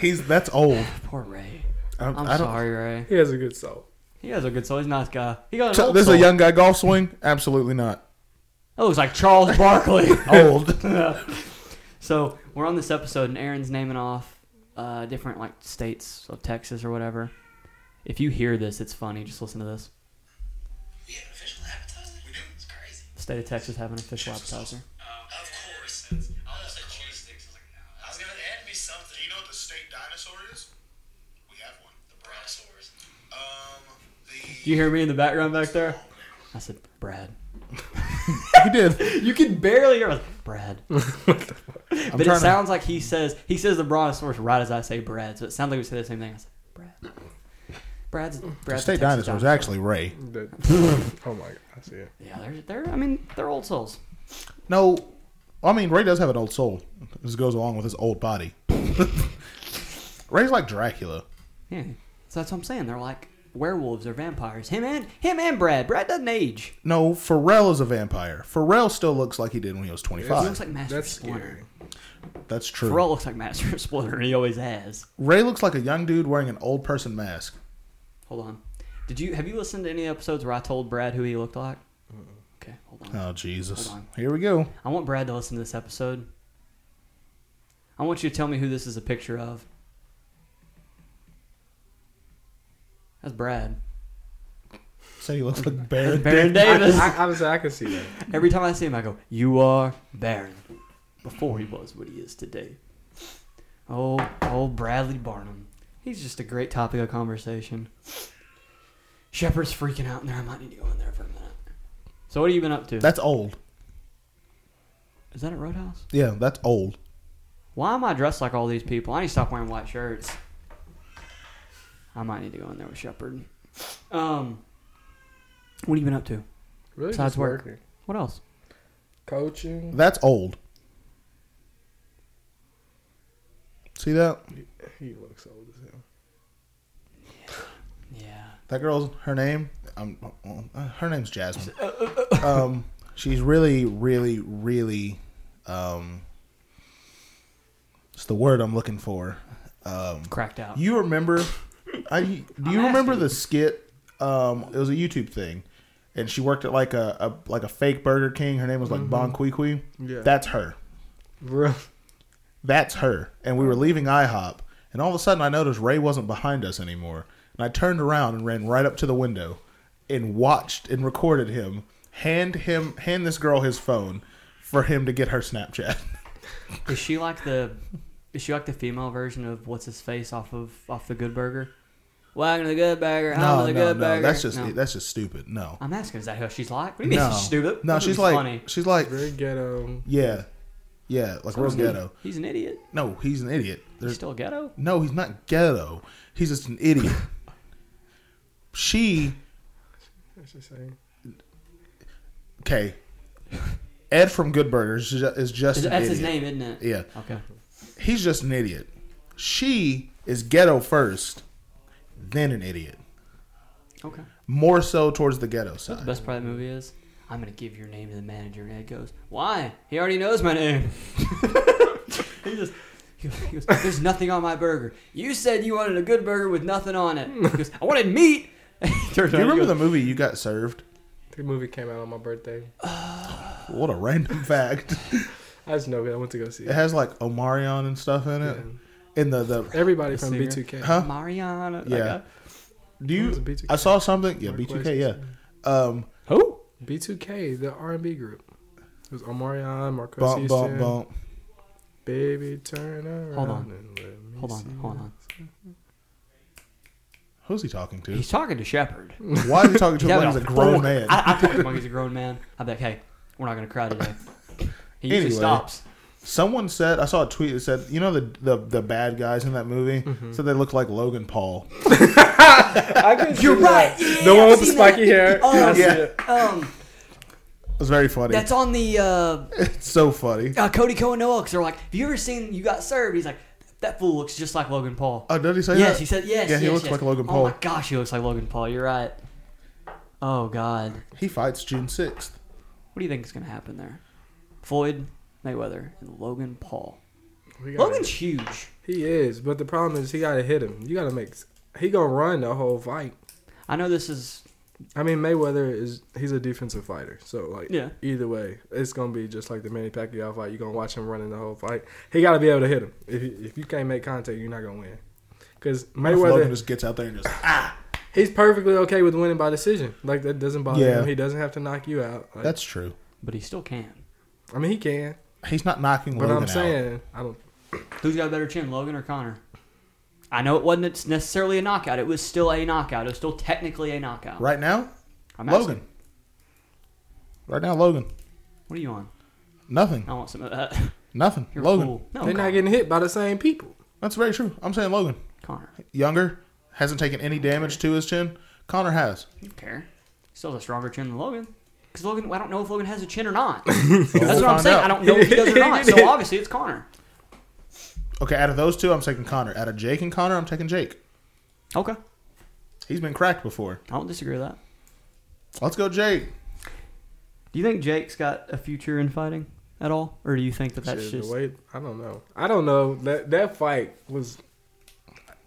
He's that's old. Poor Ray. I, I'm I don't, sorry, Ray. He has a good soul. He has a good soul. He's a nice guy. He got an So old this is soul. a young guy golf swing? Absolutely not. That looks like Charles (laughs) Barkley. (laughs) Old. so we're on this episode, and Aaron's naming off uh, different like states of Texas or whatever. If you hear this, it's funny. Just listen to this. We had an official appetizer? We do. Oh, It's crazy. The state of Texas having an official appetizer. of course. I was like cheese sticks. I was like, no. I was gonna add me something. Do you know what the state dinosaur is? We have one. The brontosaurus. Um, the Do you hear me in the background back there? I said, Brad. he did. You can barely hear. I was like, (laughs) Brad. but it trying to- sounds like he says he says the brontosaurus right as I say Brad, so it sounds like we say the same thing. I said Brad. Brad's Brad's State a Texas dinosaurs dinosaur. actually Ray. The- oh my god, I see it. Yeah, they're they're I mean they're old souls. No, I mean Ray does have an old soul. This goes along with his old body. (laughs) Ray's like Dracula. Yeah, so that's what I'm saying. They're like werewolves or vampires. Him and him and Brad. Brad doesn't age. No, Pharrell is a vampire. Pharrell still looks like he did when he was He 25. looks like Master That's Splinter. scary. That's true. Pharrell looks like Master (laughs) Splinter. He always has. Ray looks like a young dude wearing an old person mask. Hold on. Did you have you listened to any episodes where I told Brad who he looked like? Okay, hold on. Oh Jesus! Hold on. Here we go. I want Brad to listen to this episode. I want you to tell me who this is a picture of. That's Brad. Say he looks like (laughs) Baron. Baron Davis. (laughs) I, I, honestly, I can see that. Every time I see him, I go, You are Baron. Before he was what he is today. Oh, old Bradley Barnum. He's just a great topic of conversation. Shepard's freaking out in there. I might need to go in there for a minute. So, what have you been up to? That's old. is that at Roadhouse? Yeah, that's old. Why am I dressed like all these people? I need to stop wearing white shirts. I might need to go in there with Shepard. Um, what have you been up to? Really, Besides just work. working, What else? coaching. That's old. See that? He looks old as hell. Yeah. That girl's her name. Um, uh, her name's Jasmine. Um, she's really, really, really. Um, it's the word I'm looking for. Um, Cracked out. you remember? I do. You I'm remember asking. the skit? Um, it was a YouTube thing, and she worked at like a, a like a fake Burger King. Her name was like Bon Kui Kui. Yeah. That's her. Real. That's her. And we were leaving IHOP, and all of a sudden I noticed Ray wasn't behind us anymore. And I turned around and ran right up to the window and watched and recorded him hand him hand this girl his phone for him to get her Snapchat. (laughs) is she like the? Is she like the female version of what's his face off of off the Good Burger? Welcome to the Good Burger. I'm No, the no, Good no. Burger. That's just No. that's just (laughs) stupid. No. I'm asking, is that who she's like? What do you mean No. she's stupid? No, That she's dude's like funny. she's like Very ghetto. yeah. Yeah, like real ghetto. He's an idiot. No, he's an idiot. He's There's still ghetto. No, he's not ghetto. He's just an (laughs) idiot. she I should say. okay. Ed from Good Burger is ju- is just Is- an That's his idiot. name, isn't it? Yeah, Okay. he's just an idiot. She is ghetto first, then an idiot. Okay. More so towards the ghetto The side. best part of the movie is I'm gonna give your name to the manager, and Ed goes, "Why? He already knows my name." (laughs) he just he goes, he goes, "There's nothing on my burger. You said you wanted a good burger with nothing on it." He goes, "I wanted meat." (laughs) Do you Do you remember the movie you got served? The movie came out on my birthday. What a random (laughs) fact! I just know it. I went to go see It it. has like Omarion and stuff in it. In the the Everybody from singer. B2K. Huh? Mariana? uh, Yeah. Okay. do Was it you? B2K? I saw something. Yeah, Mark B two K. Yeah, Wahlberg. um, Who? B2K, the R&B group. It was Omarion, Marcos bump bump Houston, bump. Baby Turn Around. Hold on. and let me Hold on, see hold you. on. Who's he talking to? He's talking to Shepard. (laughs) Why are (laughs) you talking to him like he's a grown man? I, I talk to him like (laughs) he's a grown man. I'm like, hey, we're not gonna cry today. He usually Anyway. stops. Someone said I saw a tweet that said, "You know the the, the bad guys in that movie Mm-hmm. said they look like Logan Paul." I can see You're that. right. Yeah, the one I've with the seen that. spiky hair. Oh, I see yeah. it. Um, It was very funny. that's Oh. on the. Uh, it's so funny. uh, Cody Cohen Noah because they're like, "Have you ever seen You Got Served?" He's like, that fool looks just like Logan Paul. Oh, did he say yes, that? he said yes. Yeah, he yes, looks yes. like Logan Oh Paul. my gosh, he looks like Logan Paul. You're right. Oh God, He fights June sixth. what do you think is gonna happen there? Floyd Mayweather and Logan Paul. We gotta- Logan's huge. He is, but the problem is he gotta hit him. You gotta make. He gonna run the whole fight. I know this is I mean, Mayweather is he's a defensive fighter, so like Yeah. either way, it's gonna be just like the Manny Pacquiao fight. You're gonna watch him running the whole fight. He gotta be able to hit him. If you, if you can't make contact, you're not gonna win. Because Logan Mayweather, just gets out there (coughs) and just he's perfectly okay with winning by decision. Like that doesn't bother Yeah. him. He doesn't have to knock you out. Like, That's true. but he still can. I mean, he can, He's not knocking but Logan I'm saying I don't. Who's got a better chin, Logan or Connor? I know it wasn't necessarily a knockout. It was still a knockout. It was still technically a knockout. out. Right now, I'm asking, Logan. Right now, Logan. What are you on? Nothing. I want some of that. Nothing. Oh, (laughs) You're Logan. cool. No, They're Connor. not getting hit by the same people. That's very true. I'm saying Logan. Connor. Younger hasn't taken any damage to his chin. Connor has. You don't care. He still has a stronger chin than Logan. Because Logan, I don't know if Logan has a chin or not. (laughs) That's what I'm find saying. out. I don't know if he does or not. So (laughs) obviously it's Connor. Okay, out of those two, I'm taking Connor. Out of Jake and Connor, I'm taking Jake. Okay. I He's been cracked before. don't disagree with that. Let's go, Jake. Do you think Jake's got a future in fighting at all? Or do you think that that's Shit, the just. way- I don't know. I don't know that that fight was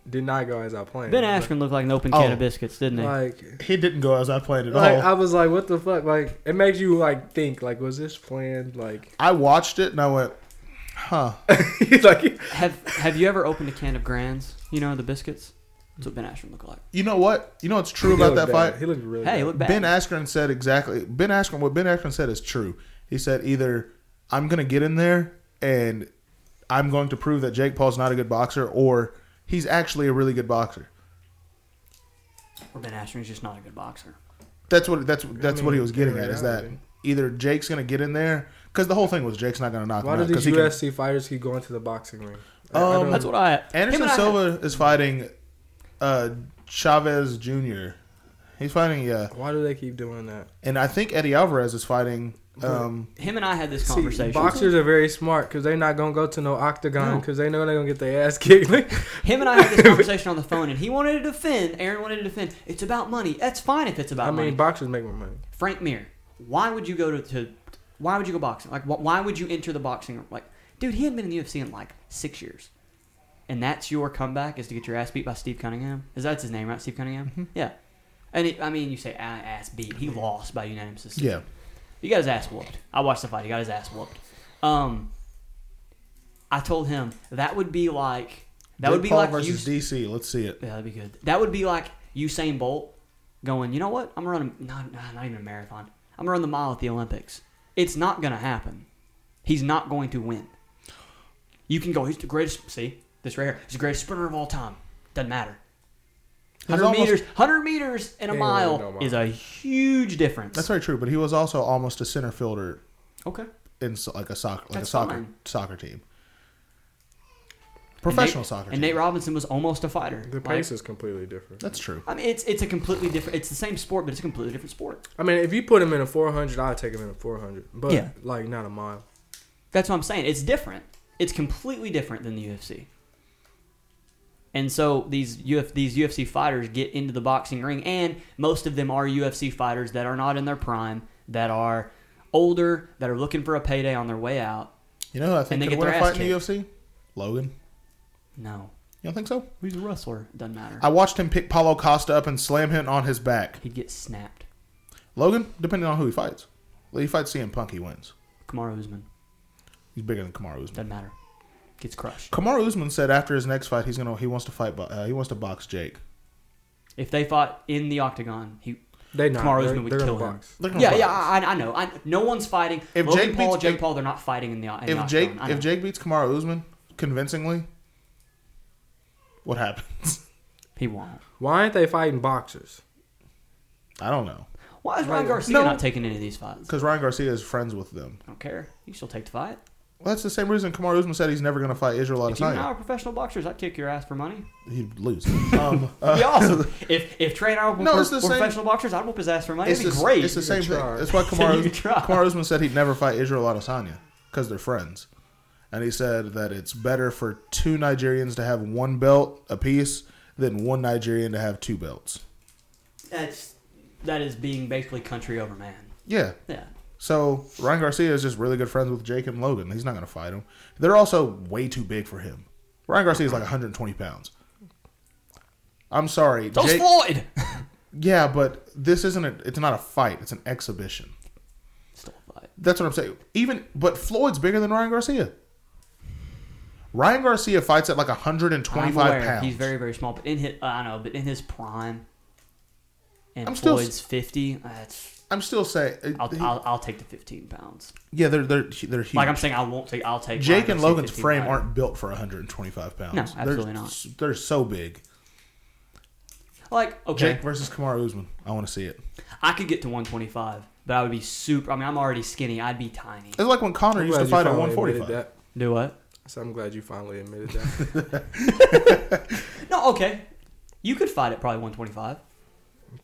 did not go as I planned. Ben but, Askren looked like an open can Oh. of biscuits, didn't he? like. He didn't go as I planned at Like, all. I was like, what the fuck? Like, it makes you like think. Like, was this planned? Like, (laughs) I watched it and I went, huh. like Have Have you ever opened a can of Grands? You know the biscuits. That's what Ben Ashram looked like. You know what? You know what's true he about looked that bad. fight? He looked really. Hey, bad. look back. Ben Askren said exactly. Ben Askren, what Ben Askren said is true. He said either I'm going to get in there and I'm going to prove that Jake Paul's not a good boxer, or he's actually a really good boxer. or Ben Ashram's just not a good boxer. That's what that's that's mean, what he was getting in at. Is that reality. either Jake's going to get in there? Because the whole thing was Jake's not going to knock Why him do out. these 'cause he can- UFC fighters keep going to the boxing ring? I- I Um, don't- That's what I. him Anderson and I- Silva is fighting uh, Chavez Jr. He's fighting yeah, Why do they keep doing that? and I think Eddie Alvarez is fighting. Um, him and I had this See, conversation. boxers are very smart because they're not gonna go to no octagon No. because they know they're gonna get their ass (laughs) kicked. Like, Him and I (laughs) had this conversation on the phone, and he wanted to defend. Aaron wanted to defend. It's about money. That's fine if it's about I mean, money. boxers make more money. Frank Mir, why would you go to, to why would you go boxing? Like, wh- why would you enter the boxing? Like, dude, he hadn't been in the UFC in like six years, and that's your comeback is to get your ass beat by Steve Cunningham. Is that's his name, right? Steve Cunningham. Mm-hmm. Yeah, and it, I mean, you say "Ah, ass beat. He lost by unanimous decision. yeah, He got his ass whooped. I watched the fight. He got his ass whooped. Um, I told him that would be like that Jake would be Paul like versus you, DC. Let's see it. yeah, that'd be good. That would be like Usain Bolt going. You know what? I'm running not nah, not even a marathon. I'm running the mile at the Olympics. It's not gonna happen. He's not going to win. You can go. He's the greatest. See this right here. He's the greatest sprinter of all time. Doesn't matter. There's 100 almost- meters, 100 meters and a Ain't mile, no mile. is a huge difference. That's very true, but he was also almost a center fielder okay. in so- like a soccer like That's a soccer fine. soccer team. Professional Nate- soccer And team. Nate Robinson was almost a fighter. The Like, pace is completely different. That's true. I mean, it's it's a completely different. It's the same sport, but it's a completely different sport. I mean, if you put him in a 400, I'd take him in a 400, but Yeah. like not a mile. That's what I'm saying. It's different. It's completely different than the UFC. And so these Uf, these UFC fighters get into the boxing ring, and most of them are UFC fighters that are not in their prime, that are older, that are looking for a payday on their way out. You know who I And think they could get win their a ass fight in the UFC? Logan. You No, don't think so? he's a wrestler. Doesn't matter. I watched him pick Paulo Costa up and slam him on his back. He'd get snapped. Logan, depending on who he fights. Well, he fights CM Punk, he wins. Kamaru Usman He's bigger than Kamaru Usman. doesn't matter. Gets crushed. Kamaru Usman said after his next fight, he's gonna he wants to fight. bo- Uh, he wants to box Jake. If they fought in the octagon, he They Kamaru not. They're- Usman would they're in kill the him. box. They're gonna Yeah, box. yeah, I, I know. I, no one's fighting. Oh, If Logan Jake Paul, beats- Jake if- Paul, they're not fighting in the. In the If Jake octagon. I if know. Jake beats Kamaru Usman convincingly, what (laughs) happens? he won't. Why aren't they fighting boxers? I don't know Why is Ryan Right. Garcia No. not taking any of these fights? I because Ryan Garcia is friends with them. don't care. You still take the fight. Well, that's the same reason Kamaru Usman said he's never going to fight Israel If you and I Adesanya. were professional boxers, I'd kick your ass for money. He'd lose. (laughs) Um, uh, It'd be (laughs) awesome. If if Trey and I were, No, pro- it's the were same- professional boxers, I'd whoop his ass for money. it's, It'd be the, great. it's the same (laughs) thing. try. That's why You Kamaru, could try. Kamaru Usman said he'd never fight Israel Adesanya because they're friends. and he said that it's better for two Nigerians to have one belt apiece than one Nigerian to have two belts. That's that is being basically country over man. Yeah. Yeah. So Ryan Garcia is just really good friends with Jake and Logan. He's not going to fight him. They're also way too big for him. Ryan Garcia is like 120 pounds. I'm sorry, Those Jake- Floyd. Yeah, but this isn't a. It's not a fight. It's an exhibition. Still a fight. That's what I'm saying. Even but Floyd's bigger than Ryan Garcia. Ryan Garcia fights at like 125 I'm aware pounds. He's very very small, but in his I know, but in his prime, and I'm still- Floyd's fifty. That's I'm still saying. uh, I'll, he- I'll, I'll take the fifteen pounds. yeah, they're they're they're huge. Like I'm saying, I won't take. I'll take Ryan Jake and Garcia Logan's 15 frame pounds. aren't built for 125 pounds. No, absolutely they're, not. s- They're so big. like okay. Jake versus Kamara Usman. I want to see it. I could get to 125, but I would be super. I mean, I'm already skinny. I'd be tiny. It's like when Connor I'm used glad to you fight at finally admitted 145. that. Do what? So I'm glad you finally admitted (laughs) that. No, okay. You could fight at probably 125.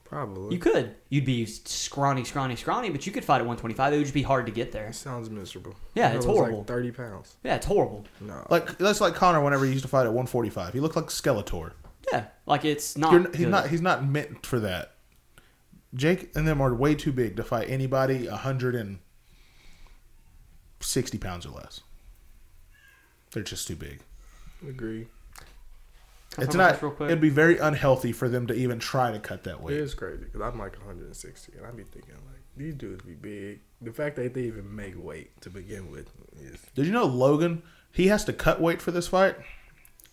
Probably. You could. You'd be scrawny, scrawny, scrawny, but you could fight at 125. It would just be hard to get there. It sounds miserable. Yeah, That it's was horrible. Like Thirty pounds. Yeah, it's horrible. No. Like that's like Connor whenever he used to fight at 145. He looked like Skeletor. Yeah, like it's not. You're, he's good. not. He's not meant for that. Jake and them are way too big to fight anybody 160 pounds or less. They're just too big. Agree. Can I talk it's about not. this Real quick? It'd be very unhealthy for them to even try to cut that It weight. is crazy because I'm like 160, and I be thinking like these dudes be big. The fact that they even make weight to begin with is Did you know Logan? He has to cut weight for this fight.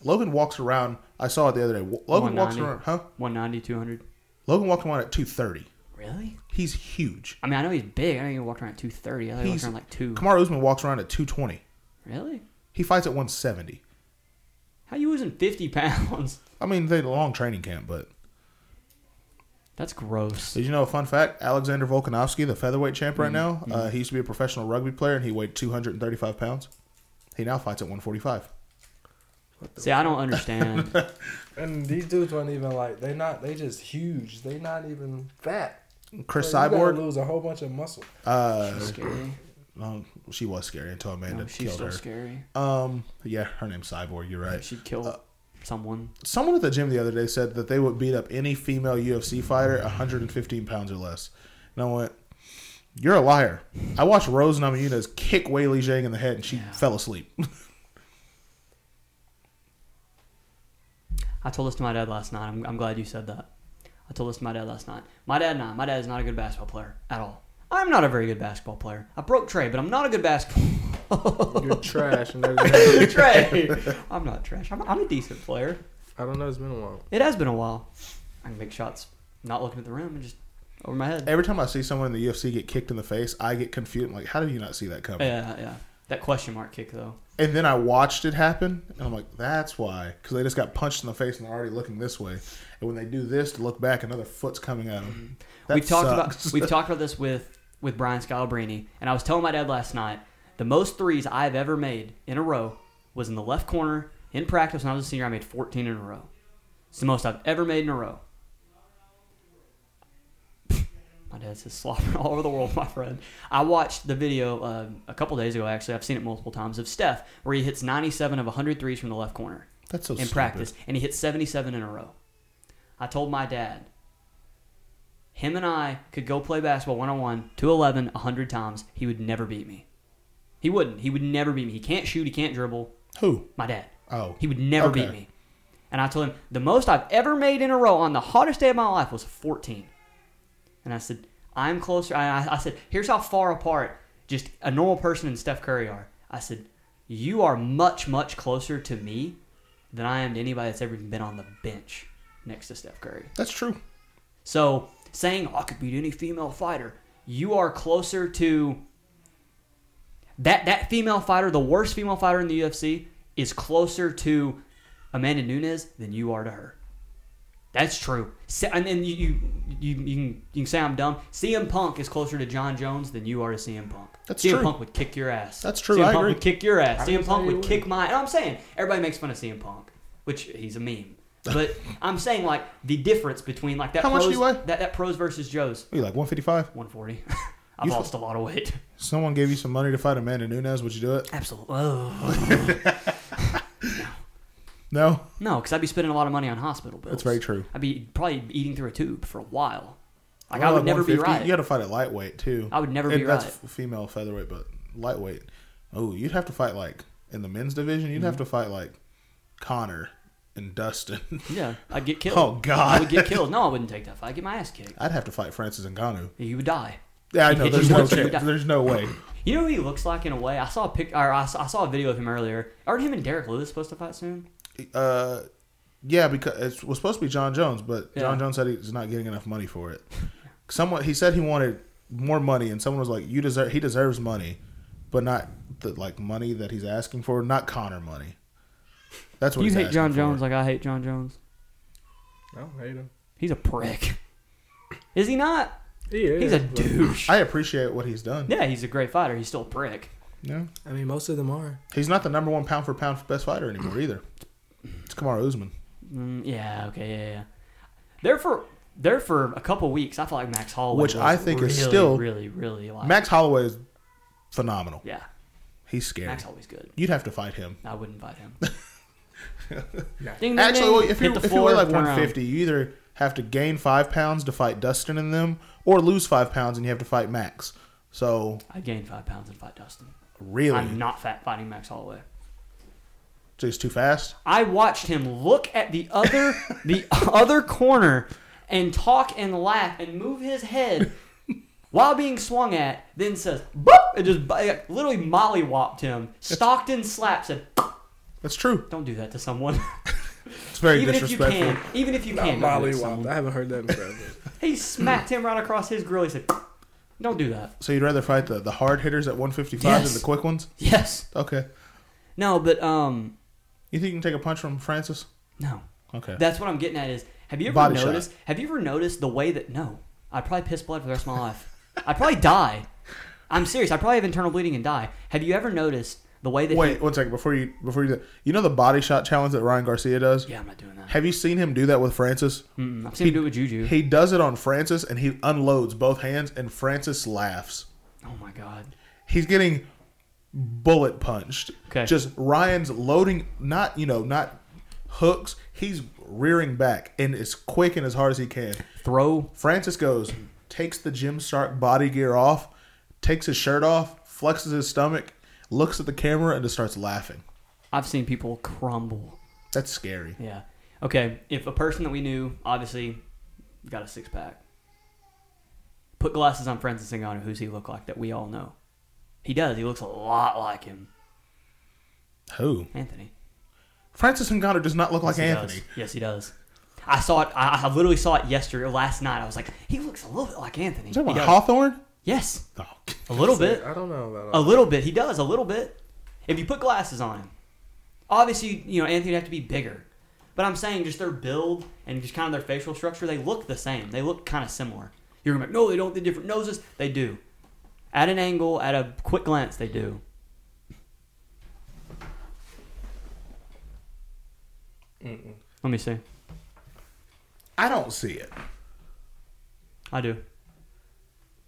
Logan walks around. I saw it the other day. Wo- Logan walks 190. around. Huh? 190, 200. Logan walked around at 230. Really? He's huge. I mean, I know he's big. I know he walked around at 230. I know he walked He's around like two. Kamar Usman walks around at 220. Really? He fights at 170. How you losing 50 (laughs) pounds? I mean, they had a long training camp, but That's gross. did you know a fun fact? Alexander Volkanovski, the featherweight champ Mm-hmm. right now, uh, he used to be a professional rugby player and he weighed 235 pounds. He now fights at 145. See, I don't (laughs) understand. And these dudes weren't even like they're not they just huge. They not even fat. Chris Like, you gotta Cyborg, lose a whole bunch of muscle. uh, scary. um, she was scary until Amanda No, she's killed still her. scary. Um, yeah, her name's Cyborg. You're right. She'd kill someone. Someone at the gym the other day said that they would beat up any female UFC fighter 115 pounds or less. And I went, You're a liar. I watched Rose Namajunas kick Wei Li Zhang in the head and she Yeah. fell asleep. I told this to my dad last night. I'm, I'm glad you said that. I told this to my dad last night. My dad, not. My dad is not a good basketball player at all. I'm not a very good basketball player. I broke Trey, but I'm not a good basketball. (laughs) You're trash and everything. Trey, I'm not trash. I'm, I'm a decent player. I don't know, it's been a while. It has been a while. I can make shots, not looking at the rim and just over my head. Every time I see someone in the UFC get kicked in the face, I get confused. I'm like, How did you not see that coming? Yeah, yeah. That question mark kick though. And then I watched it happen and I'm like, That's why. Because they just got punched in the face and they're already looking this way. And when they do this to look back, another foot's coming at them. Mm-hmm. That we've talked sucks. about we've talked about this with with Brian Scalabrine, and I was telling my dad last night the most threes I've ever made in a row was in the left corner in practice when I was a senior. I made 14 in a row. It's the most I've ever made in a row. (laughs) My dad says slobber all over the world, my friend. I watched the video uh, a couple days ago. Actually, I've seen it multiple times of Steph where he hits 97 of 100 threes from the left corner (laughs) That's so in stupid. practice, and he hit 77 in a row. I told my dad, him and I could go play basketball one on one, 211, 100 times. He would never beat me. He wouldn't. He would never beat me. He can't shoot, he can't dribble. Who? My dad. Oh. He would never Okay. beat me. And I told him, the most I've ever made in a row on the hottest day of my life was 14. And I said, I'm closer. I, I- I said, here's how far apart just a normal person and Steph Curry are. I said, you are much, much closer to me than I am to anybody that's ever even been on the bench next to Steph Curry. That's true. So saying "Oh, I could beat any female fighter, you are closer to that that female fighter, the worst female fighter in the UFC, is closer to Amanda Nunes than you are to her. That's true. Sa- And then you you, you, you, can, you can say I'm dumb. CM Punk is closer to John Jones than you are to CM Punk. That's CM true. Punk would kick your ass. That's true, CM I Punk agree. would kick your ass. didn't CM Punk say would he kick my. And I'm saying everybody makes fun of CM Punk, which he's a meme. (laughs) But I'm saying like the difference between like that. How much pros, do you weigh? That that pros versus Joes. What are you like 155? 140. I (laughs) I've You- lost a lot of (laughs) weight. Someone gave you some money to fight Amanda Nunes. Would you do it? Absolutely. Oh. No, (laughs) No, because I'd be spending a lot of money on hospital bills. that's very true. I'd be probably eating through a tube for a while. Like I Well, would at never be 150, right. You got to fight at lightweight too. I would never And be that's right. f- female featherweight, but lightweight. Oh, you'd have to fight like in the men's division. You'd Mm-hmm. have to fight like Connor and Dustin. Yeah, I'd get killed. (laughs) Oh, God. I would get killed. No, I wouldn't take that fight. I'd get my ass kicked. (laughs) I'd have to fight Francis Ngannou. He would die. (laughs) Yeah, I He know. hit There's you no once, you chance. die. There's no way. You know who he looks like in a way. I saw a pic, or I saw, I saw a video of him earlier. Aren't him and Derek Lewis supposed to fight soon? Uh, yeah, because it was supposed to be John Jones, but Yeah. John Jones said he's not getting enough money for it. Someone he said he wanted more money, and someone was like, "You deserve. He deserves money, but not the like money that he's asking for. Not Connor money. That's what you he's hate asking John for. Jones like I hate John Jones. I don't hate him. He's a prick. Is he not? He is. He's a but- douche. I appreciate what he's done. yeah, he's a great fighter. He's still a prick. Yeah. I mean, most of them are. He's not the number one pound for pound best fighter anymore either. It's Kamara Usman. Mm, yeah. Okay. Yeah. Yeah. There for there for a couple weeks, I felt like Max Holloway, Which was I think really, is still- really, really like. Max Holloway is phenomenal. Uh, yeah, He's scary. Max Holloway's good. You'd have to fight him. I wouldn't fight (laughs) him. Yeah. Ding, ding, Actually, ding. well, if, Hit you, the if you floor, weigh like turn around. 150, you either have to gain five pounds to fight Dustin and them, or lose five pounds and you have to fight Max. So I gained five pounds and fight Dustin. really, I'm not fat fighting Max Holloway. so he's too fast. I watched him look at the other the other corner and talk and laugh and move his head while being swung at. Then says "Boop!" and just bu- literally mollywopped him. Stockton slaps and That's true. don't do that to someone. It's very even if you disrespectful. can, even if you Not can, don't do it to mollywopped. I someone. haven't heard that in forever. (laughs) He smacked him right across his grill. He said, "Don't do that." So you'd rather fight the, the hard hitters at 155 Yes. than the quick ones? Yes. Okay. No, but um, You think you can take a punch from Francis? no. Okay. That's what I'm getting at. Is have you ever Body shot. noticed? Have you ever noticed the way that? No, I'd probably piss blood for the rest of my life. I'd probably die. I'm serious. I'd probably have internal bleeding and die. Have you ever noticed the way that? Wait one second before you before you do, you know the body shot challenge that Ryan Garcia does. He, yeah, I'm not doing that. Have you seen him do that with Francis? Mm-mm. I've seen him do it with Juju. He does it on Francis and he unloads both hands and Francis laughs. oh my god. He's getting bullet punched. Okay. Just Ryan's loading not, you know, not hooks. He's rearing back and as quick and as hard as he can. Throw. Francis goes, takes the Jim Stark body gear off, takes his shirt off, flexes his stomach, looks at the camera and just starts laughing. I've seen people crumble. That's scary. Yeah. Okay. If a person that we knew obviously got a six pack, put glasses on Francis Ngannou, who's he look like that we all know? He does. He looks a lot like him, Who? Anthony. Francis Ngannou does not look like Yes, he Anthony. Does. Yes, he does. I saw it. I, I literally saw it yesterday, last night. I was like, he looks a little bit like Anthony. Is that He about does. Hawthorne? Yes, Oh, a little bit. I don't know about A all. little bit. He does a little bit. If you put glasses on him, obviously, you know Anthony'd have to be bigger. But I'm saying just their build and just kind of their facial structure, they look the same. They look kind of similar. You're gonna be like, no, they don't. They have different noses. They do. At an angle, at a quick glance, they do. Let me see. I don't see it. I do.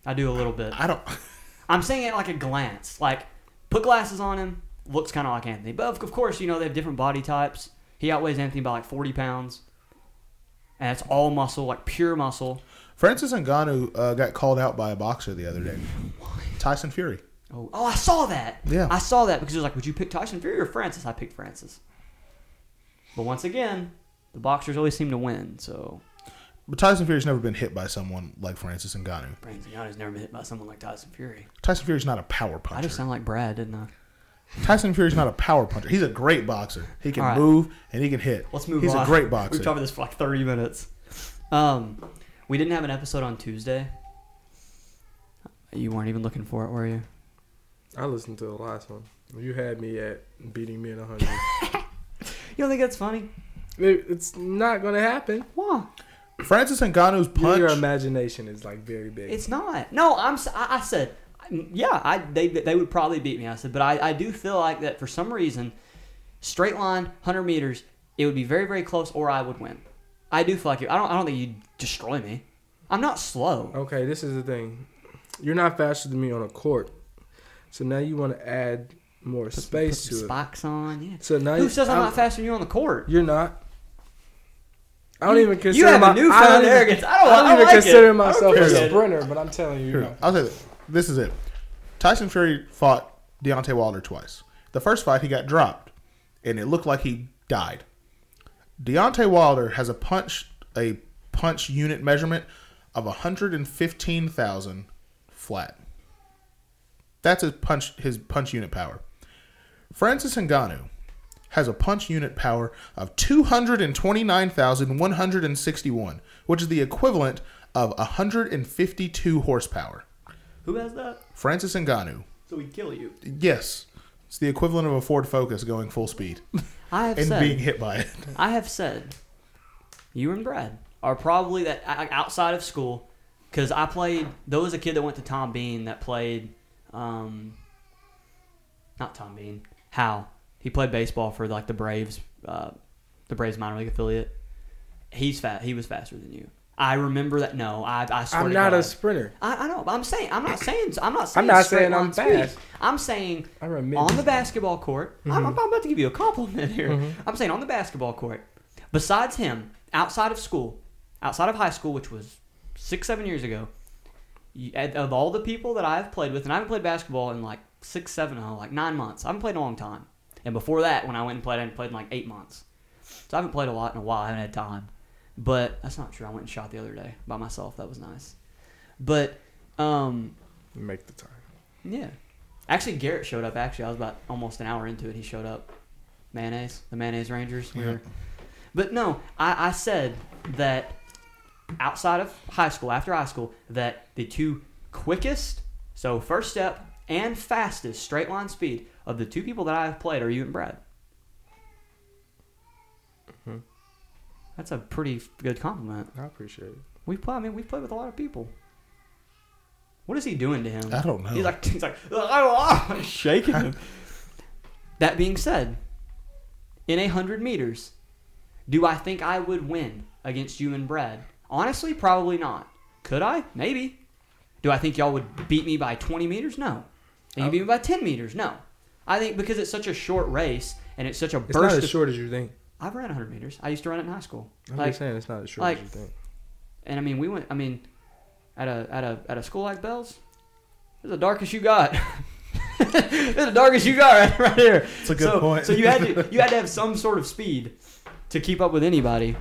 I do a little bit. I don't. (laughs) I'm saying it like a glance. Like, put glasses on him, looks kind of like Anthony. But of, of course, you know, they have different body types. He outweighs Anthony by like 40 pounds. And it's all muscle, like pure muscle. Francis Ngannou uh, got called out by a boxer the other day. Tyson Fury. Oh, oh, I saw that. Yeah. I saw that because it was like, would you pick Tyson Fury or Francis? I picked Francis. But once again, the boxers always seem to win. So, But Tyson Fury's never been hit by someone like Francis Ngannou. Brandon Yano's never been hit by someone like Tyson Fury. Tyson Fury's not a power puncher. I just sound like Brad, didn't I? Tyson Fury's not a power puncher. He's a great boxer. He can All right. move and he can hit. Let's move He's on. a great boxer. We've covered this for like 30 minutes. Um, we didn't have an episode on Tuesday. You weren't even looking for it, were you? I listened to the last one. You had me at beating me in a (laughs) hundred. You don't think that's funny? It- it's not gonna happen. Why? Francis Ngannou's punch. Your imagination is like very big. It's not. No, I'm. s- I, I said, mm, yeah, I they they would probably beat me. I said, but I, I do feel like that for some reason, straight line, 100 meters, it would be very very close, or I would win. I do feel like you. I don't. I don't think you'd destroy me. I'm not slow. okay, this is the thing. You're not faster than me on a court. So now you want to add more space Put some to it. spikes on. Yeah. So now Who you- says I'm, I'm- not faster than you on the court? You're not. I don't even consider have a my newfound I don't even- arrogance. I don't- I don't I even like it. I consider don't myself care. a sprinter, but I'm telling you. I'll say this. This is it. Tyson Fury fought Deontay Wilder twice. The first fight, he got dropped, and it looked like he died. Deontay Wilder has a punch a punch unit measurement of 115,000 flat. That's his punch his punch unit power. Francis Ngannou has a punch unit power of 229,161, which is the equivalent of 152 horsepower. Who has that? Francis Ngannou. So we kill you. Yes. It's the equivalent of a Ford Focus going full (laughs) speed I have and said. being hit by it. I have said. You and Brad are probably that I- I- outside of school, because I played. There was a kid that went to Tom Bean that played. Um, not Tom Bean. How he played baseball for like the Braves, uh, the Braves minor league affiliate. He's fat. He was faster than you. I remember that. No, I. I swear I'm to not God. a sprinter. I, I know, but I'm saying I'm not saying I'm not saying not straight saying line I'm speed. fast. I'm saying I remember on the that. Mm-hmm. basketball court. I'm, I'm about to give you a compliment here. I'm saying on the basketball court. Besides him, outside of school, outside of high school, which was six seven years ago, you- and of all the people that I've played with, and I haven't played basketball in like six seven oh, like nine months. I haven't played in a long time. And before that, when I went and played, I hadn't played in like eight months. So I haven't played a lot in a while. I haven't had time. But that's not true. I went and shot the other day by myself. That was nice. But um, Make the time. yeah, actually Garrett showed up. Actually, I was about almost an hour into it. He showed up. Mayonnaise, the Mayonnaise Rangers. We were- But no, I, I said that outside of high school, after high school, that the two quickest, so first step and fastest straight line speed of the two people that I have played are you and Brad. That's a pretty f- good compliment. I appreciate it. We play. I mean, we played with a lot of people. What is he doing to him? I don't know. He's like, (laughs) he's like, (laughs) "Ah," shaking him. that being said, in a hundred meters, do I think I would win against you and Brad? Honestly, probably not. Could I? Maybe. Do I think y'all would beat me by 20 meters? No. And you beat me by 10 meters? No. I think because it's such a short race and it's such a It's burst. not as of- short as you think. I've ran 100 meters. I used to run it in high school. I'm Like, just saying it's not as short like- as you think. and I mean, we went. I mean, at a at a at a school like Bell's, it's the darkest you got. (laughs) it's the darkest you got right, right here. It's a good so, point. So you had to you had (laughs) to have some sort of speed to keep up with anybody.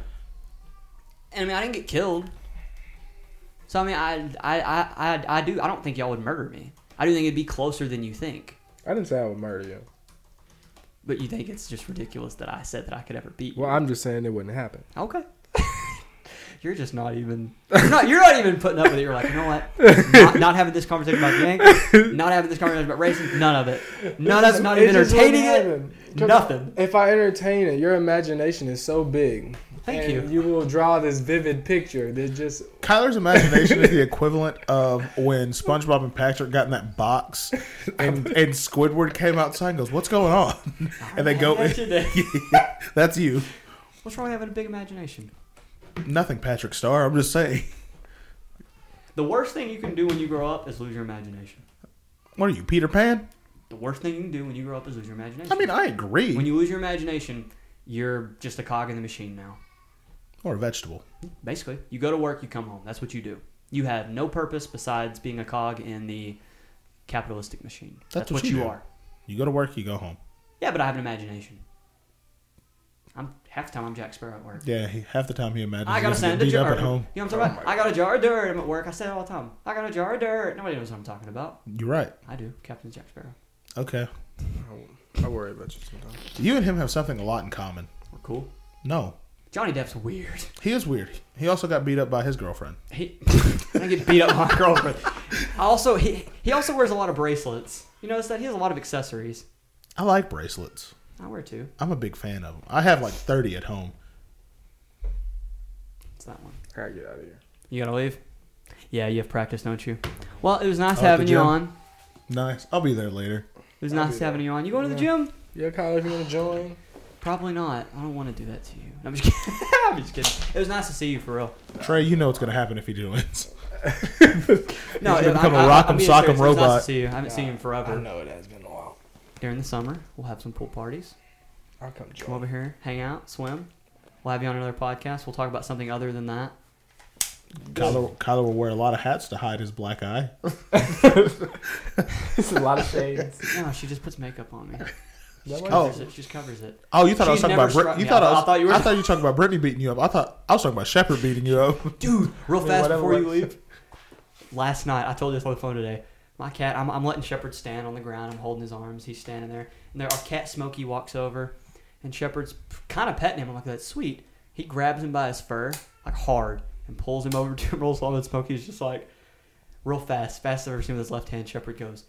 And I mean, I didn't get killed. So I mean, I I I I, I do. I don't think y'all would murder me. I do think it'd be closer than you think. I didn't say I would murder you. But you think it's just ridiculous that I said that I could ever beat you. Well, I'm just saying it wouldn't happen. Okay. (laughs) you're just not (laughs) even. You're not, you're not even putting up with it. You're like, you know what? Not, not having this conversation about Yankees. Not having this conversation about racing. None of it. None of it. Not even entertaining it. Nothing. If I entertain it, your imagination is so big. Thank and you. You will draw this vivid picture that just Kyler's imagination is the equivalent of when SpongeBob and Patrick got in that (laughs) box and, and Squidward came outside and goes, What's going on? And they (laughs) go, That's your day. (laughs) That's you. What's wrong with having a big imagination? Nothing, Patrick Starr. I'm just saying. The worst thing you can do when you grow up is lose your imagination. What are you, Peter Pan? The worst thing you can do when you grow up is lose your imagination. I mean, I agree. when you lose your imagination, you're just a cog in the machine now. or a vegetable. Basically, you go to work, you come home. That's what you do. You have no purpose besides being a cog in the capitalistic machine. That's, what, you do. are. You go to work, you go home. Yeah, but I have an imagination. I'm half the time I'm Jack Sparrow at work. Yeah, he, half the time he imagines I gotta he's gonna send get a beat jar. up at home. You know what I'm talking about? I got a jar of dirt. I'm at work. I say it all the time. I got a jar of dirt. Nobody knows what I'm talking about. You're right. I do. Captain Jack Sparrow. Okay. I worry about you sometimes. You and him have something a lot in common. We're cool. No. Johnny Depp's weird. He is weird. He also got beat up by his girlfriend. (laughs) He, I get beat up by my girlfriend. Also, he he also wears a lot of bracelets. You notice that he has a lot of accessories. I like bracelets. I wear two. I'm a big fan of them. I have like 30 at home. It's that one. I gotta get out of here. You gotta leave. Yeah, you have practice, don't you? Well, it was nice at the having you gym. on. Nice. I'll be there later. It was I'll nice be having there. you on. You going to the Yeah. gym? (laughs) Yeah, Kyle, if you want to join, Probably not. I don't want to do that to you. No, I'm just kidding. (laughs) I'm just kidding. It was nice to see you for real. Trey, you know what's going to happen if he wins. No, He's yeah, gonna become I- a I- rock'em I'm being sock'em serious. It was Nice robot. to see you. I haven't seen you in I forever. know it has been a while. During the summer, we'll have some pool parties. I'll come join. Come over here, hang out, swim. We'll have you on another podcast. We'll talk about something other than that. (laughs) Kyler, Kyler will wear a lot of hats to hide his black eye. (laughs) It's a lot of shades. No, she just puts makeup on me. She just (laughs) That covers it. She just covers it. Oh, you thought I was She's talking never about Brit- struck you me. thought I I, was, thought you were- I thought you were talking about Brittany beating you up. I thought I was talking about Shepard beating (laughs) you up. Dude, real Yeah, fast whatever before you works. leave. Last night, I told you this on the phone today. My cat, I'm, I'm letting Shepard stand on the ground. I'm holding his arms. He's standing there. And there, our cat Smokey walks over, and Shepard's kind of petting him. I'm like, that's sweet. He grabs him by his fur, like hard, and pulls him over (laughs) to him, rolls over. And Smokey's just like, real fast, fastest I've ever seen with his left hand. Shepard goes,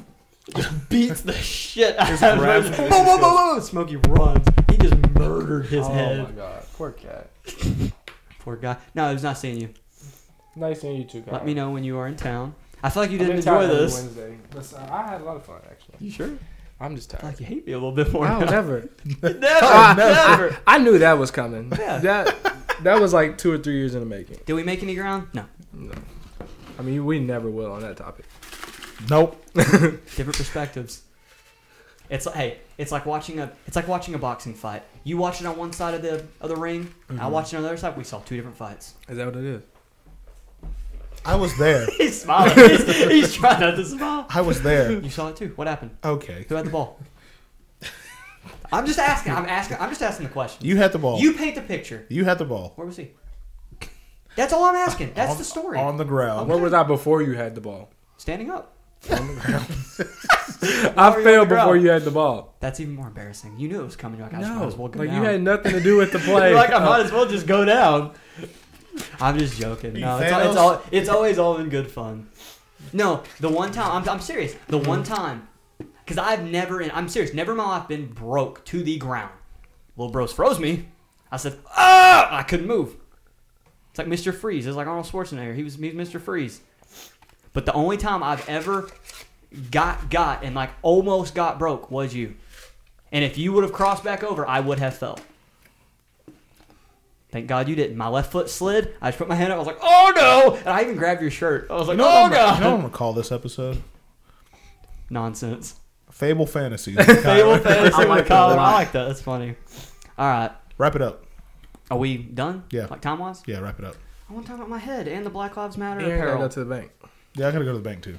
(laughs) beats the shit out of him. grabs Boom, him boom, and just boom, goes- boom. Smokey runs. He just murdered his oh my head. god, poor cat. Poor guy. No, it was not seeing you. Nice seeing you too, guys. Let me know when you are in town. I feel like you I'm didn't in town enjoy every this. Wednesday. Listen, I had a lot of fun actually. You sure? I'm I just feel tired. like you hate me a little bit more. (laughs) I'll now. never. never, (laughs) I, never. I, I knew that was coming. Yeah. That that was like two or three years in the making. Did we make any ground? No. No. I mean, we never will on that topic. Nope. Different perspectives. It's like, hey, it's like watching a it's like watching a boxing fight. You watch it on one side of the of the ring, I Mm-hmm. watch it on the other side. We saw two different (laughs) fights. Is that what it is? I was there. He's smiling. (laughs) he's, he's trying not to smile. I was there. You saw it too. What happened? Okay. Who had the (laughs) ball? I'm just asking. I'm asking. I'm just asking the question. You had the ball. You paint the picture. You had the ball. Where was he? That's all I'm (laughs) asking. That's On- the story. On the Oh, ground. Where was I before you had the ball? Standing up. I you had the ground. failed before you had the ball. That's even more embarrassing. You knew it was coming. You're like, I just might No, as well go like down. you had nothing to do with the play. (laughs) Oh, You're like, I might as well just go down. I'm just joking. You No, it's, all, it's, all, it's always all in good fun. No, the one time, I'm, I'm serious. The one Mm-hmm. time, because I've never, in, I'm serious, never in my life been broke to the ground. Little bros froze me. I said, ah! I couldn't move. It's like Mr. Freeze. It's like Arnold Schwarzenegger. He was, he was Mr. Freeze. But the only time I've ever got got and like almost got broke was you. And if you would have crossed back over, I would have fell. Thank God you didn't. My left foot slid. I just put my hand up. I was like, "Oh no!" And I even grabbed your shirt. I was like, You know, "Oh what I'm, god!" you know what I'm gonna call this episode? Nonsense. Fable (laughs) Fantasies. Fable Kyler. fantasy. I like like that a that. I lot. like that. That's funny. All right, Wrap it up. are we done? Yeah. Like time wise, Yeah, wrap it up. I want to talk about my head and the Black Lives Matter Aaron gotta apparel. go to the bank. Yeah, I gotta go to the bank too.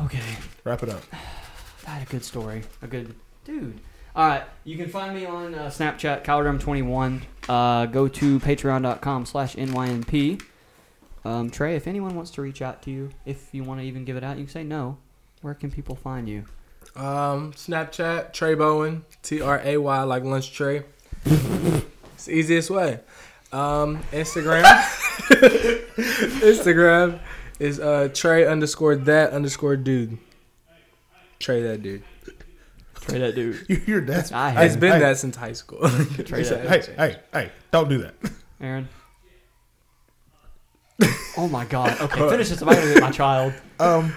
okay. Wrap it up. (laughs) I had a good story. A good dude. All right, you can find me on uh, Snapchat, CylerDrum21. Uh, go to patreon.com slash NYNP. Um, Trey, if anyone wants to reach out to you, if you want to even give it out, you can say no. Where can people find you? Um, Snapchat Trey Bowen T R A Y like lunch tray. it's the easiest way. Um, Instagram. (laughs) Instagram is uh Trey underscore that underscore dude. Trey that dude. Trey, that dude. You- You're dead. I Hey, have It's been hey, that since high school. Trey, Hey, that hey, hey, hey, don't do that. (laughs) (laughs) Aaron. oh my God. Okay, finish this. I'm going to get my child. Um,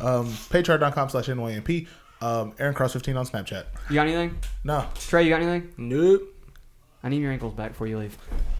um, patreon.com slash NYMP. Um, Aaron Cross 15 on Snapchat. You got anything? No. Trey, you got anything? (laughs) nope. I need your ankles back before you leave.